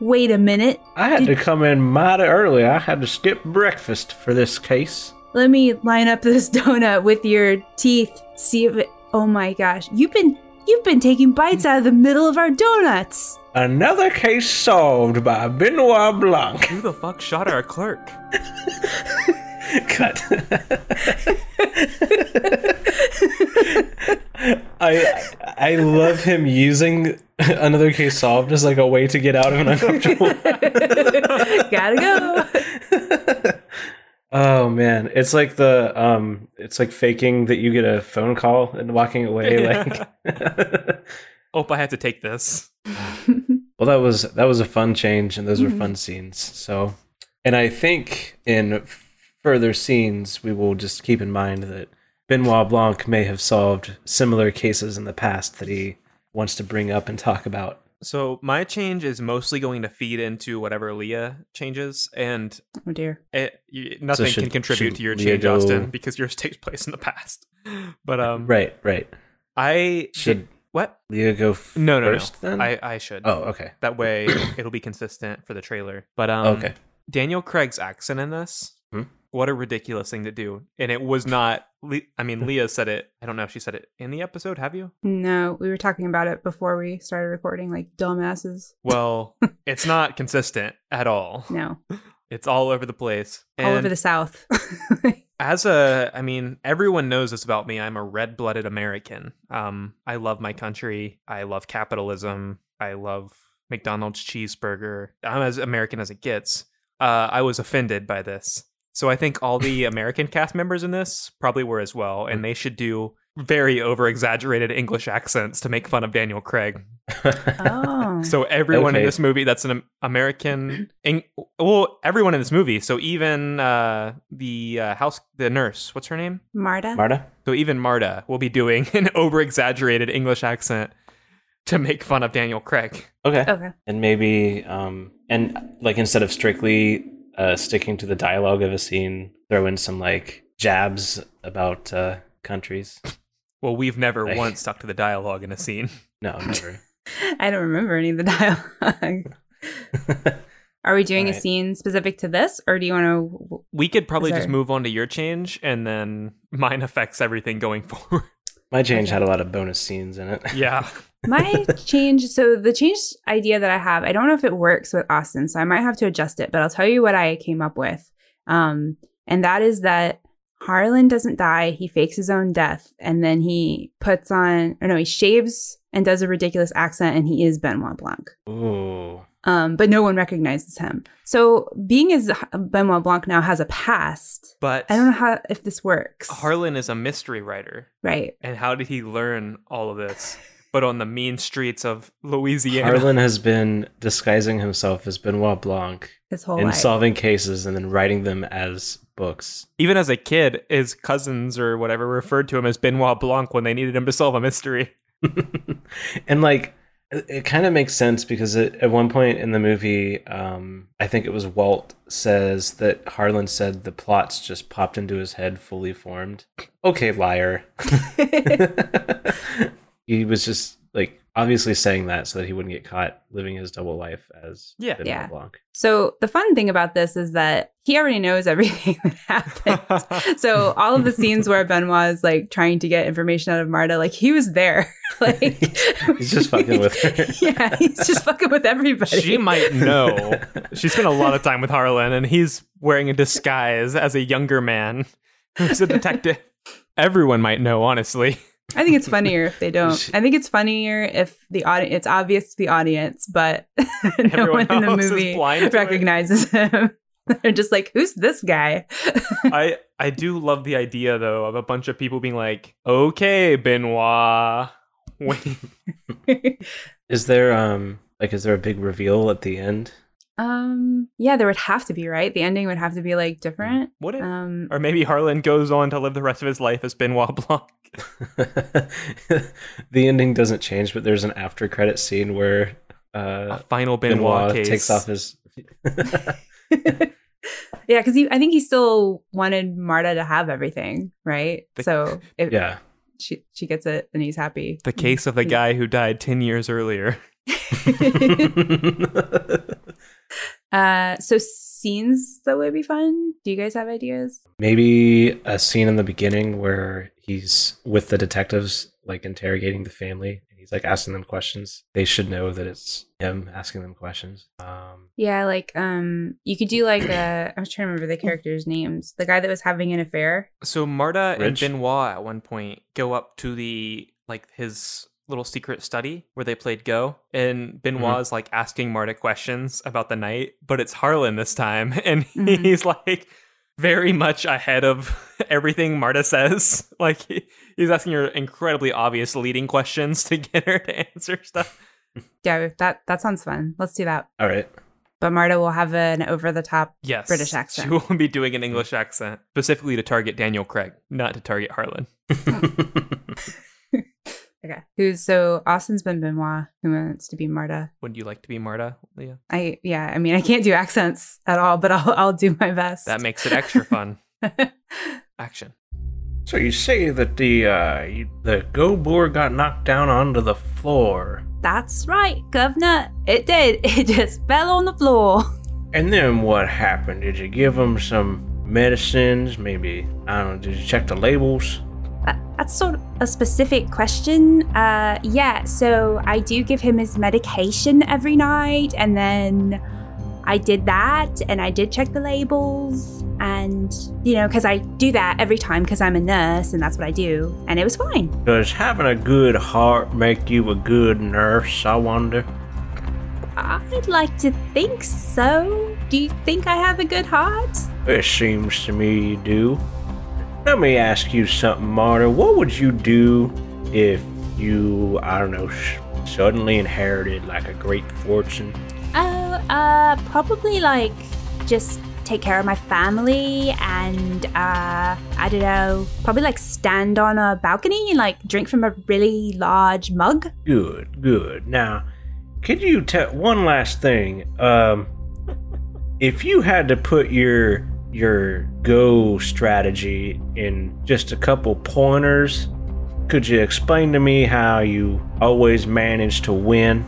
Speaker 3: Wait a minute.
Speaker 1: I had to come in mighty early. I had to skip breakfast for this case.
Speaker 3: Let me line up this donut with your teeth. See if it. Oh my gosh, you've been you've been taking bites out of the middle of our donuts.
Speaker 1: Another case solved by Benoit Blanc.
Speaker 2: Who the fuck shot our clerk?
Speaker 1: Cut. I I love him using another case solved as like a way to get out of an uncomfortable
Speaker 3: Gotta go.
Speaker 1: Oh man, it's like the um, it's like faking that you get a phone call and walking away.
Speaker 2: Yeah.
Speaker 1: Like,
Speaker 2: Oh, I had to take this.
Speaker 1: well, that was that was a fun change, and those were
Speaker 2: Mm-hmm.
Speaker 1: fun scenes. So, and I think in further scenes, we will just keep in mind that Benoit Blanc may have solved similar cases in the past that he wants to bring up and talk about.
Speaker 2: So my change is mostly going to feed into whatever Leah changes, and
Speaker 3: Oh dear.
Speaker 2: it, you, nothing can
Speaker 1: should-
Speaker 2: contribute
Speaker 1: should
Speaker 2: to your
Speaker 1: Leah
Speaker 2: change,
Speaker 1: go-
Speaker 2: Austin, because yours takes place in the past. But um,
Speaker 1: Right, right.
Speaker 2: I
Speaker 1: Should
Speaker 2: what?
Speaker 1: Leah go f-
Speaker 2: No, no,
Speaker 1: first
Speaker 2: no.
Speaker 1: then?
Speaker 2: I I should.
Speaker 1: oh, okay,
Speaker 2: That way, it'll be consistent for the trailer. But um,
Speaker 1: okay.
Speaker 2: Daniel Craig's accent in this.
Speaker 1: Hmm?
Speaker 2: What a ridiculous thing to do. And it was not, Le- I mean, Leah said it. I don't know if she said it in the episode. Have you?
Speaker 3: No, we were talking about it before we started recording, like dumbasses.
Speaker 2: Well, it's not consistent at all.
Speaker 3: No,
Speaker 2: It's all over the place.
Speaker 3: all
Speaker 2: And
Speaker 3: over the South.
Speaker 2: as a, I mean, everyone knows this about me. I'm a red blooded American. Um, I love my country. I love capitalism. I love McDonald's cheeseburger. I'm as American as it gets. Uh, I was offended by this. So I think all the American cast members in this probably were as well, and they should do very over exaggerated English accents to make fun of Daniel Craig.
Speaker 3: oh,
Speaker 2: So everyone in
Speaker 1: Okay.
Speaker 2: this movie that's an Am- American, Eng- well, everyone in this movie. So even uh, the uh, house, the nurse, what's her name?
Speaker 3: Marta.
Speaker 1: Marta.
Speaker 2: So even Marta will be doing an over exaggerated English accent to make fun of Daniel Craig.
Speaker 1: Okay.
Speaker 3: Okay.
Speaker 1: and maybe um and like instead of strictly uh sticking to the dialogue of a scene throw in some like jabs about uh countries
Speaker 2: Well, we've never
Speaker 1: Like-
Speaker 2: once stuck to the dialogue in a scene.
Speaker 1: no never
Speaker 3: I don't remember any of the dialogue. Are we doing a
Speaker 1: Alright.
Speaker 3: scene specific to this, or do you want to?
Speaker 2: We could probably just
Speaker 3: Sorry.
Speaker 2: move on to your change, and then mine affects everything going forward.
Speaker 1: my change
Speaker 3: Okay.
Speaker 1: had a lot of bonus scenes in it
Speaker 2: yeah,
Speaker 3: My change. So the change idea that I have, I don't know if it works with Austin, so I might have to adjust it. But I'll tell you what I came up with, um, and that is that Harlan doesn't die. He fakes his own death, and then he puts on, or no, he shaves and does a ridiculous accent, and he is Benoit Blanc.
Speaker 1: Ooh.
Speaker 3: Um, but no one recognizes him. So being as Benoit Blanc now has a past,
Speaker 2: But
Speaker 3: I don't know how if this works.
Speaker 2: Harlan is a mystery writer.
Speaker 3: right.
Speaker 2: And how did he learn all of this? But on the mean streets of Louisiana.
Speaker 1: Harlan has been disguising himself as Benoit Blanc
Speaker 3: His whole
Speaker 1: and
Speaker 3: life.
Speaker 1: solving cases and then writing them as books.
Speaker 2: Even as a kid, his cousins or whatever referred to him as Benoit Blanc when they needed him to solve a mystery.
Speaker 1: and like it, it kind of makes sense because it, at one point in the movie um i think it was walt says that harlan said the plots just popped into his head fully formed okay liar he was just like obviously saying that so that he wouldn't get caught living his double life as
Speaker 2: Yeah.
Speaker 1: Benoit
Speaker 3: Yeah.
Speaker 1: Blanc.
Speaker 3: So the fun thing about this is that he already knows everything that happened. so all of the scenes where Benoit is like trying to get information out of Marta, like he was there. like
Speaker 1: he's just fucking with her.
Speaker 3: yeah, he's just fucking with everybody.
Speaker 2: she might know. She spent a lot of time with Harlan, and he's wearing a disguise as a younger man who's a detective. Everyone might know, honestly.
Speaker 3: I think it's funnier if they don't.
Speaker 1: She-
Speaker 3: I think it's funnier if the audience. It's obvious to the audience, but no
Speaker 2: Everyone
Speaker 3: one in the
Speaker 2: else is
Speaker 3: movie
Speaker 2: blind to it.
Speaker 3: recognizes him. They're just like, "Who's this guy?"
Speaker 2: I I do love the idea though of a bunch of people being like, "Okay, Benoit, wait."
Speaker 1: is there um like is there a big reveal at the end
Speaker 3: um, yeah, there would have to be right. The ending would have to be like different.
Speaker 2: What if,
Speaker 3: Um,
Speaker 2: or maybe Harlan goes on to live the rest of his life as Benoit Blanc.
Speaker 1: the ending doesn't change but there's an after credit scene where uh
Speaker 2: A final Benoit,
Speaker 1: Benoit,
Speaker 2: case.
Speaker 1: takes off his.
Speaker 3: yeah, because I think he still wanted Marta to have everything, right?
Speaker 2: The-
Speaker 3: so if
Speaker 1: yeah,
Speaker 3: she she gets it, and he's happy. Mm-hmm.
Speaker 2: the case of the
Speaker 3: Mm.
Speaker 2: guy who died 10 years earlier.
Speaker 3: uh, so scenes that would be fun. Do you guys have ideas?
Speaker 1: maybe a scene in the beginning where he's with the detectives, like interrogating the family, and he's like asking them questions. They should know that it's him asking them questions. Um,
Speaker 3: Yeah, like um, you could do like a. I was trying to remember the characters' names. The guy that was having an affair.
Speaker 2: So Marta
Speaker 1: Rich.
Speaker 2: and Benoit at one point go up to the like his little secret study where they played Go, and Benoit is like asking Marta questions about the night, but it's Harlan this time, and
Speaker 3: Mhm.
Speaker 2: he's like very much ahead of everything Marta says. Like he, he's asking her incredibly obvious leading questions to get her to answer stuff.
Speaker 3: Yeah, that that sounds fun. Let's do that.
Speaker 1: all right,
Speaker 3: But Marta will have an over the top.
Speaker 2: Yes,
Speaker 3: British accent.
Speaker 2: She will be doing an English accent specifically to target Daniel Craig, not to target Harlan.
Speaker 3: Okay, who's so Austin's been Benoit, who wants to be Marta.
Speaker 2: Would you like to be Marta, Leah?
Speaker 3: I yeah, I mean I can't do accents at all, but I'll I'll do my best.
Speaker 2: That makes it extra fun. Action.
Speaker 1: so you say that the uh, you, the go board got knocked down onto the floor,
Speaker 3: That's right, governor. It did. It just fell on the floor.
Speaker 1: and then what happened? Did you give them some medicines? Maybe I don't know. Did you check the labels?
Speaker 3: That, that's sort of a specific question. Uh, yeah, so I do give him his medication every night, and then I did that, and I did check the labels, and you know, because I do that every time because I'm a nurse, and that's what I do, and it was fine.
Speaker 1: Does having a good heart make you a good nurse, I wonder?
Speaker 3: I'd like to think so. Do you think I have a good heart?
Speaker 1: It seems to me you do. Let me ask you something, Marta. What would you do if you, I don't know, sh- suddenly inherited like a great fortune?
Speaker 3: Oh, uh, probably like just take care of my family and uh, I don't know, probably like stand on a balcony and like drink from a really large mug.
Speaker 1: Good, good. Now, could you tell one last thing? Um, if you had to put your your go strategy in just a couple pointers, could you explain to me how you always manage to win?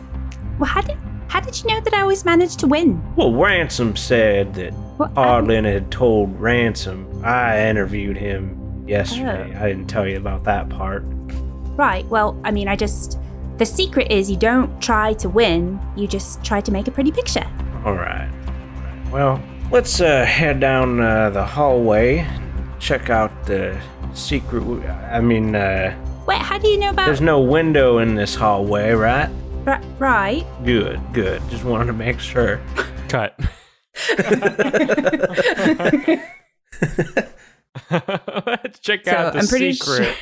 Speaker 3: Well, how did how did you know that I always managed to win?
Speaker 1: Well, Ransom said that
Speaker 3: Well, I-
Speaker 1: Arlen had told Ransom. I interviewed him yesterday. I didn't tell you about that part.
Speaker 3: right. Well, I mean, I just The secret is you don't try to win, you just try to make a pretty picture.
Speaker 1: All right. Well, let's uh, head down uh, the hallway, check out the secret. W- I mean, uh,
Speaker 3: Wait, how do you know about.
Speaker 1: there's no window in this hallway, right?
Speaker 3: Ri- right?
Speaker 1: Good, good. Just wanted to make sure.
Speaker 2: Cut. Check
Speaker 4: So,
Speaker 2: out the
Speaker 4: I'm pretty
Speaker 2: secret.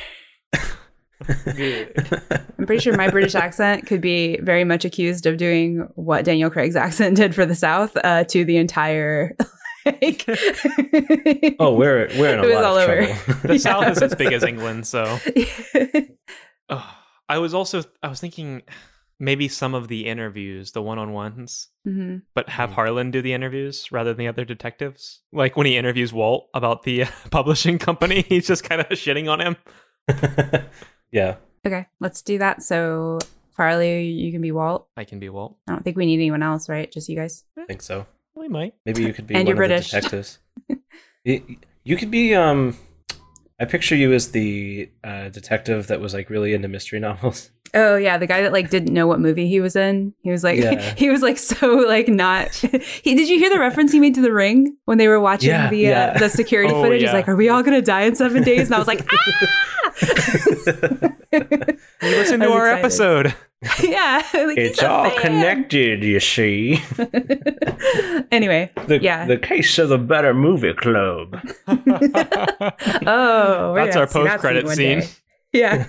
Speaker 4: I'm pretty sure my British accent could be very much accused of doing what Daniel Craig's accent did for the South uh, to the entire. Like,
Speaker 1: Oh, we're we're in a
Speaker 4: It was
Speaker 1: lot
Speaker 4: all
Speaker 1: of
Speaker 4: over.
Speaker 1: trouble.
Speaker 2: the South
Speaker 4: Yeah.
Speaker 2: is as big as England, so. Ugh. I was also I was thinking maybe some of the interviews, the one-on-ones,
Speaker 4: Mhm.
Speaker 2: but have
Speaker 1: Mm.
Speaker 2: Harlan do the interviews rather than the other detectives. Like when he interviews Walt about the uh, publishing company, he's just kind of shitting on him.
Speaker 1: yeah.
Speaker 4: Okay, let's do that. So, Farley, you can be Walt.
Speaker 2: I can be Walt.
Speaker 4: I don't think we need anyone else, right? Just you guys.
Speaker 1: I think so.
Speaker 2: We might.
Speaker 1: Maybe you could be
Speaker 4: And
Speaker 1: one
Speaker 4: you're
Speaker 1: of
Speaker 4: British.
Speaker 1: the detectives. you, you could be. Um, I picture you as the uh, detective that was like really into mystery novels.
Speaker 4: Oh yeah, the guy that like didn't know what movie he was in. He was like
Speaker 1: Yeah.
Speaker 4: he was like so like not. he did you hear the reference he made to The Ring when they were watching
Speaker 1: Yeah,
Speaker 4: the
Speaker 1: yeah.
Speaker 4: Uh, the security
Speaker 2: Oh,
Speaker 4: footage? He's
Speaker 2: yeah.
Speaker 4: like, "Are we all gonna die in seven days?" And I was like, "Ah,
Speaker 2: You listen
Speaker 4: I
Speaker 2: to
Speaker 4: was
Speaker 2: our
Speaker 4: excited.
Speaker 2: episode.
Speaker 4: yeah, like, he's
Speaker 1: it's
Speaker 4: a
Speaker 1: all
Speaker 4: fan.
Speaker 1: connected, you see.
Speaker 4: anyway,
Speaker 1: The,
Speaker 4: Yeah.
Speaker 1: the case of the Better Movie Club.
Speaker 4: oh, we're
Speaker 2: That's
Speaker 4: gonna
Speaker 2: our
Speaker 4: see that
Speaker 2: post-credit
Speaker 4: one
Speaker 2: scene.
Speaker 4: day. Yeah.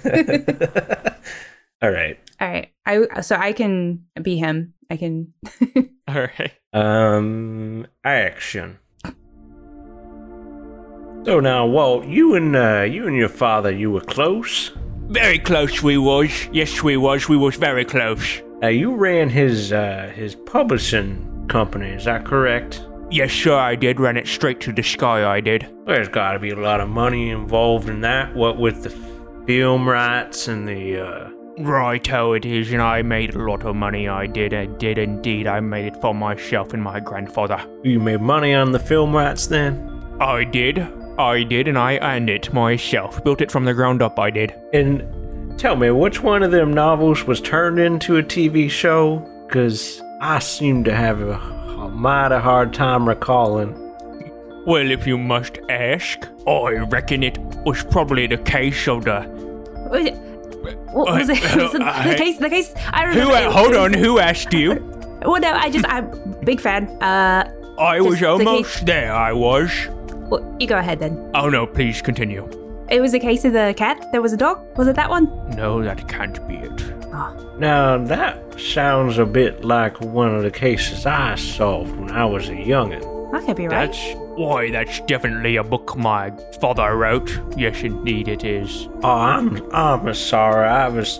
Speaker 1: all right.
Speaker 4: all right. I so I can be him. I can.
Speaker 2: All right.
Speaker 1: Um, action. So now, Walt, you and uh, you and your father, you were close.
Speaker 2: Very close we was. Yes, we was. We was very close.
Speaker 1: Uh, you ran his uh, his publishing company. Is that correct?
Speaker 2: Yes, sure, I did. Ran it straight to the sky, I did.
Speaker 1: There's got to be a lot of money involved in that. What with the film rights and the uh,
Speaker 2: Righto it is, and I made a lot of money, I did. I did indeed. I made it for myself and my grandfather.
Speaker 1: you made money on the film rights then.
Speaker 2: I did. I did, and I earned it myself. Built it from the ground up, I did.
Speaker 1: And tell me, which one of them novels was turned into a TV show? Cause I seem to have a, a mighty hard time recalling.
Speaker 2: Well, if you must ask, I reckon it was probably the case of the.
Speaker 3: What what was it?
Speaker 2: Uh,
Speaker 3: Was it the
Speaker 2: I-
Speaker 3: case, the case. I remember.
Speaker 2: Who?
Speaker 3: it
Speaker 2: a-
Speaker 3: was-
Speaker 2: Hold on, who asked you?
Speaker 3: Well, no, I just, I'm big fan. Uh,
Speaker 2: I
Speaker 3: Just
Speaker 2: was
Speaker 3: the
Speaker 2: almost there, I was.
Speaker 3: well, you go ahead then.
Speaker 2: Oh no, please continue.
Speaker 3: It was a case of the cat. There was a dog. Was it that one?
Speaker 2: No, that can't be it.
Speaker 1: Now that sounds a bit like one of the cases I solved when I was a youngin.
Speaker 3: I could be right.
Speaker 2: That's. Why, that's definitely a book my father wrote. Yes, indeed it is.
Speaker 1: Oh, I'm I'm sorry. I was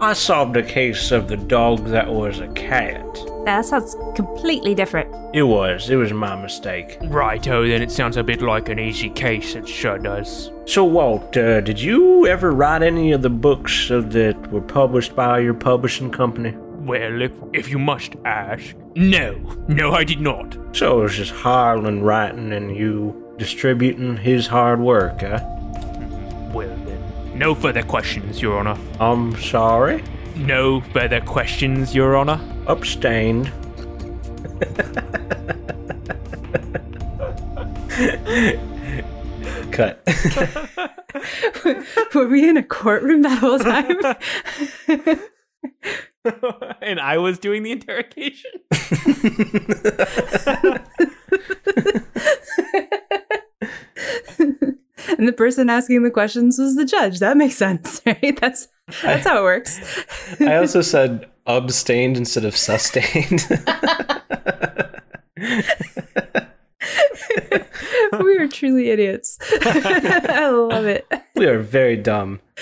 Speaker 1: I solved a case of the dog that was a cat.
Speaker 3: that sounds completely different.
Speaker 1: It was. It was my mistake.
Speaker 2: Righto, then it sounds a bit like an easy case, it sure does.
Speaker 1: So Walt, uh, did you ever write any of the books that were published by your publishing company?
Speaker 2: Well, if, if you must ask. No, no, I did not.
Speaker 1: So it was just Harlan writing and you distributing his hard work, huh?
Speaker 2: Well, then. No further questions, Your Honor.
Speaker 1: I'm sorry.
Speaker 2: No further questions, Your Honor.
Speaker 1: Upstained. Cut.
Speaker 4: Were we in a courtroom that whole time?
Speaker 2: and I was doing the interrogation?
Speaker 4: and the person asking the questions was the judge. That makes sense, right? That's that's how it works.
Speaker 1: I also said abstained instead of sustained.
Speaker 4: we are truly idiots. I love it.
Speaker 1: we are very dumb.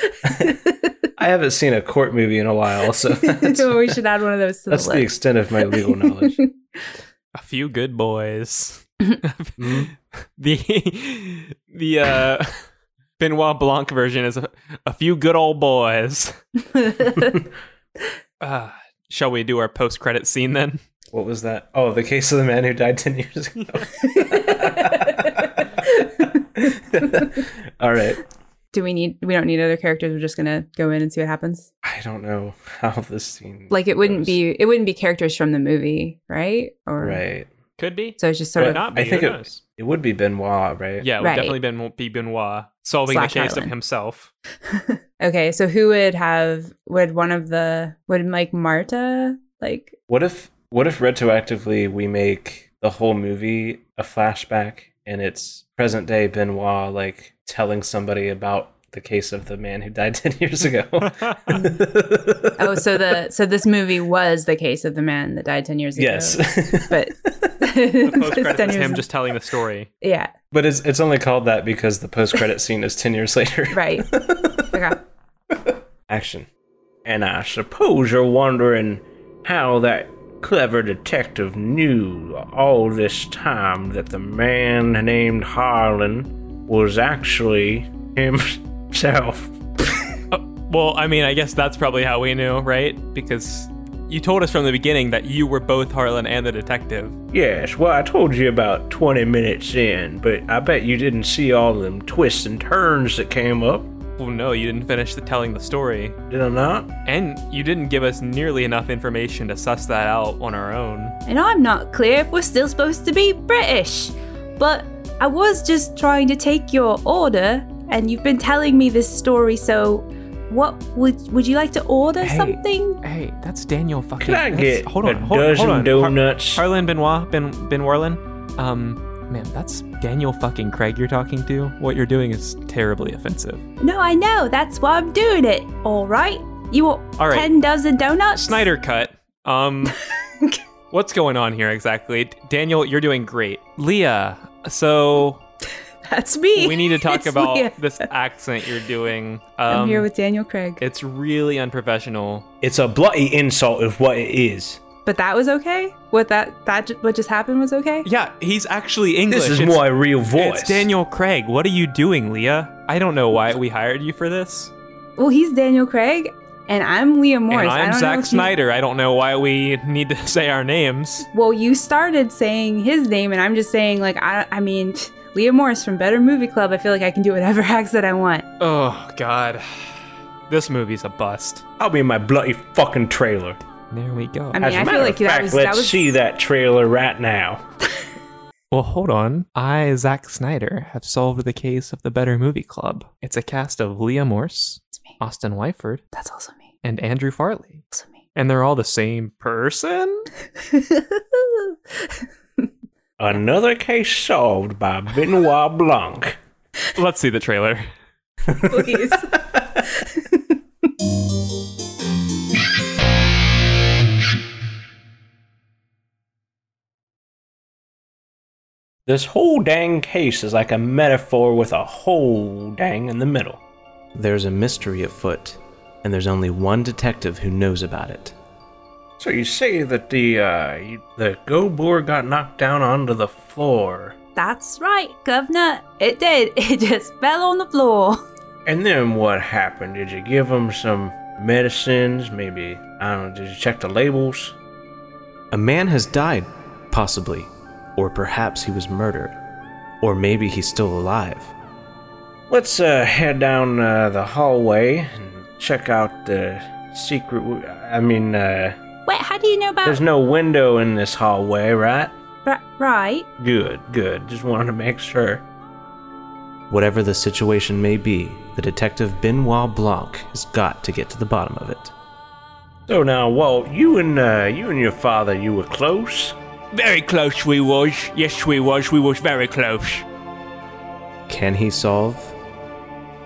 Speaker 1: I haven't seen a court movie in a while, so that's,
Speaker 4: So we should add one of those to
Speaker 1: that's
Speaker 4: the
Speaker 1: the
Speaker 4: list.
Speaker 1: extent of my legal knowledge.
Speaker 2: A few good boys.
Speaker 4: Hmm?
Speaker 2: the the uh Benoit Blanc version is a, a few good old boys. uh, shall we do our post credit scene then?
Speaker 1: What was that? Oh, the case of the man who died 10 years ago. All right.
Speaker 4: do we need we don't need other characters we're just gonna go in and see what happens
Speaker 1: I don't know how this scene
Speaker 4: like it wouldn't
Speaker 1: goes.
Speaker 4: be it wouldn't be characters from the movie right or
Speaker 1: right.
Speaker 2: Could be.
Speaker 4: so it's just sort
Speaker 2: Could
Speaker 1: But
Speaker 4: of
Speaker 2: not be.
Speaker 1: I think
Speaker 2: Who
Speaker 1: it-
Speaker 2: knows?
Speaker 1: It would be Benoit, right?
Speaker 2: Yeah, it would
Speaker 4: Right.
Speaker 2: definitely ben, be Benoit solving
Speaker 4: Slash
Speaker 2: the case
Speaker 4: Harlan.
Speaker 2: of himself.
Speaker 4: okay so who would have would one of the would like marta like
Speaker 1: What if what if retroactively we make the whole movie a flashback and it's present day Benoit like telling somebody about the case of the man who died 10 years ago.
Speaker 4: oh
Speaker 1: oh,
Speaker 4: so the so this movie was the case of the man that died 10 years ago
Speaker 1: Yes.
Speaker 4: but
Speaker 2: The post credits is him
Speaker 4: Stenner's-
Speaker 2: just telling the story.
Speaker 4: yeah
Speaker 1: but it's it's only called that because the post-credit scene is 10 years later.
Speaker 4: right okay
Speaker 1: Action. And I suppose you're wondering how that clever detective knew all this time that the man named Harlan was actually himself.
Speaker 2: Uh, well, I mean, I guess that's probably how we knew, right? Because you told us from the beginning that you were both Harlan and the detective.
Speaker 1: Yes, well, I told you about 20 minutes in, but I bet you didn't see all them twists and turns that came up,
Speaker 2: Well, no, you didn't finish the telling the story,
Speaker 1: did I not?
Speaker 2: and you didn't give us nearly enough information to suss that out on our own.
Speaker 3: And I'm not clear if we're still supposed to be British. But I was just trying to take your order, and you've been telling me this story, so what would would you like to order
Speaker 2: Hey.
Speaker 3: something?
Speaker 2: Hey, that's Daniel fucking.
Speaker 1: Could I
Speaker 2: that's-
Speaker 1: get
Speaker 2: hold on,
Speaker 1: a
Speaker 2: hold,
Speaker 1: dozen
Speaker 2: hold on. Har-
Speaker 1: donuts?
Speaker 2: Harlan Benoit, Ben Ben Warlin. Um, man, that's Daniel fucking Craig you're talking to. What you're doing is terribly offensive.
Speaker 3: No, I know, that's why I'm doing it. All right. You want
Speaker 2: All right.
Speaker 3: ten dozen donuts?
Speaker 2: Snyder cut. Um, what's going on here exactly? D- Daniel, you're doing great. Leah, so
Speaker 4: that's me
Speaker 2: we need to talk
Speaker 4: It's
Speaker 2: about
Speaker 4: Leah.
Speaker 2: this accent you're doing. Um,
Speaker 4: i'm here with daniel craig
Speaker 2: it's really unprofessional.
Speaker 1: It's a bloody insult of what it is.
Speaker 4: but that was okay what that that ju- what just happened was okay
Speaker 2: Yeah, he's actually English.
Speaker 1: This is
Speaker 2: It's-
Speaker 1: my real voice.
Speaker 2: It's Daniel Craig. What are you doing, Leah? I don't know why we hired you for this.
Speaker 4: well he's daniel craig and i'm leah morris
Speaker 2: and
Speaker 4: I
Speaker 2: I'm
Speaker 4: don't know
Speaker 2: Zack
Speaker 4: if you-
Speaker 2: Snyder. I don't know why we need to say our names.
Speaker 4: Well, you started saying his name, and I'm just saying, like, I, I mean, Leah Morris from Better Movie Club. I feel like I can do whatever accent I want.
Speaker 2: Oh God, this movie's a bust.
Speaker 1: I'll be in my bloody fucking trailer.
Speaker 2: There we go.
Speaker 4: I mean,
Speaker 1: As a
Speaker 4: I
Speaker 1: matter
Speaker 4: feel like
Speaker 1: of
Speaker 4: that
Speaker 1: fact,
Speaker 4: was- that
Speaker 1: let's
Speaker 4: was-
Speaker 1: see that trailer right now.
Speaker 2: Well, hold on. I, Zack Snyder, have solved the case of the Better Movie Club. It's a cast of Leah Morse,
Speaker 3: me.
Speaker 2: Austin Wyford,
Speaker 3: That's also me.
Speaker 2: and Andrew Farley.
Speaker 3: Also me.
Speaker 2: And they're all the same person?
Speaker 1: Another case solved by Benoit Blanc.
Speaker 2: Let's see the trailer.
Speaker 4: Please.
Speaker 1: This whole dang case is like a metaphor with a whole dang in the middle. There's a mystery afoot, and there's only one detective who knows about it. So you say that the uh, you- the go boar got knocked down onto the floor,
Speaker 3: That's right, Governor. It did. It just fell on the floor.
Speaker 1: and then what happened? Did you give him some medicines? Maybe I don't know. Did you check the labels?
Speaker 5: A man has died, possibly, or perhaps he was murdered, or maybe he's still alive.
Speaker 1: Let's uh, head down uh, the hallway and check out the secret. W- I mean, uh,
Speaker 3: Wait, how do you know about
Speaker 1: there's no window in this hallway, right?
Speaker 3: Ri- right?
Speaker 1: Good, good. Just wanted to make sure.
Speaker 5: Whatever the situation may be, the detective Benoit Blanc has got to get to the bottom of it.
Speaker 1: So now, Walt, you and uh, you and your father, you were close.
Speaker 2: Very close we was. Yes, we was. We was very close.
Speaker 5: Can he solve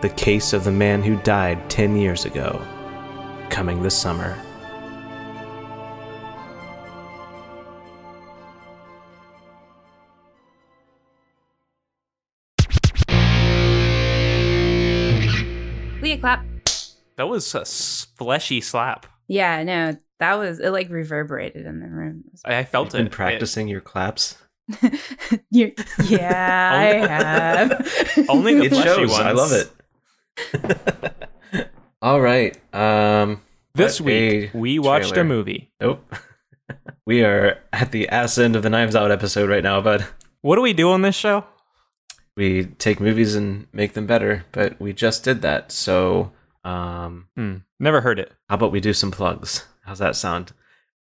Speaker 5: the case of the man who died 10 years ago, coming this summer?
Speaker 3: Leah clap.
Speaker 2: That was a s- fleshy slap.
Speaker 4: yeah, no, that was it. Like reverberated in the room.
Speaker 2: I, I felt it.
Speaker 1: your claps.
Speaker 4: You- yeah,
Speaker 2: Only-
Speaker 4: I Uh, have.
Speaker 2: Only the
Speaker 1: It
Speaker 2: fleshy
Speaker 1: shows.
Speaker 2: ones.
Speaker 1: I love it. All right. Um.
Speaker 2: This
Speaker 1: What
Speaker 2: week,
Speaker 1: a
Speaker 2: we watched
Speaker 1: trailer.
Speaker 2: a movie.
Speaker 1: Nope. we are at the ass end of the Knives Out episode right now, but
Speaker 2: What do we do on this show?
Speaker 1: we take movies and make them better, but we just did that. So, um,
Speaker 2: Hmm. Never heard it.
Speaker 1: how about we do some plugs? How's that sound?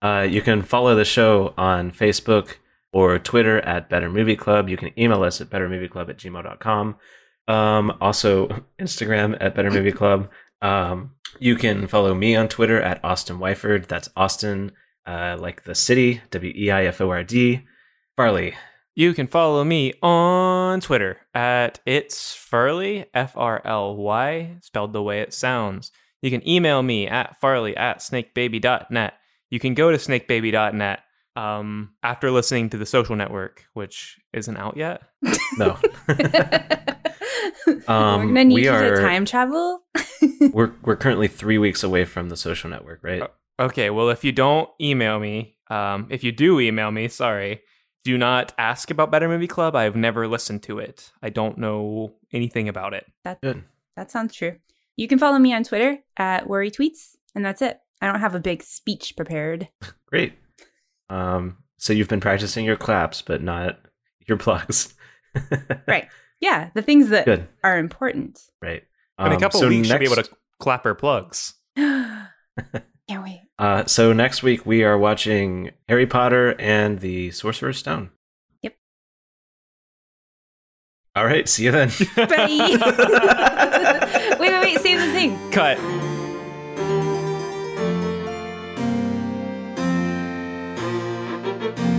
Speaker 1: Uh, you can follow the show on Facebook or Twitter at Better Movie Club. You can email us at bettermovieclub at gmail.com. Um, also, Instagram at Better Movie Club. Um, you can follow me on Twitter at Austin Wyford. That's Austin, uh, like the city, W E I F O R D. Farley,
Speaker 2: You can follow me on Twitter at it's Furly, F R L Y, spelled the way it sounds. You can email me at farley at snakebaby.net. You can go to snakebaby.net um, after listening to the social network, which isn't out yet.
Speaker 1: no. Um,
Speaker 3: And then you
Speaker 1: we
Speaker 3: do the
Speaker 1: are-
Speaker 3: time travel.
Speaker 1: we're, we're currently three weeks away from the social network, right?
Speaker 2: Okay, well, if you don't email me, um, if you do email me, sorry, do not ask about Better Movie Club. I've never listened to it, I don't know anything about it.
Speaker 1: Good.
Speaker 3: That sounds true. You can follow me on Twitter at worry tweets, and that's it. I don't have a big speech prepared.
Speaker 1: Great. Um, so you've been practicing your claps, but not your plugs.
Speaker 3: Yeah, the things that
Speaker 1: Good.
Speaker 3: are important.
Speaker 1: Right.
Speaker 2: In a
Speaker 1: Um,
Speaker 2: couple
Speaker 1: so
Speaker 2: of weeks,
Speaker 1: next,
Speaker 2: you'll be able to clap her plugs.
Speaker 3: Can't wait.
Speaker 1: Uh, so next week we are watching Harry Potter and the Sorcerer's Stone.
Speaker 3: Yep.
Speaker 1: All right. See you then.
Speaker 3: Bye. wait, wait, wait. Save the thing.
Speaker 2: Cut.
Speaker 6: Thank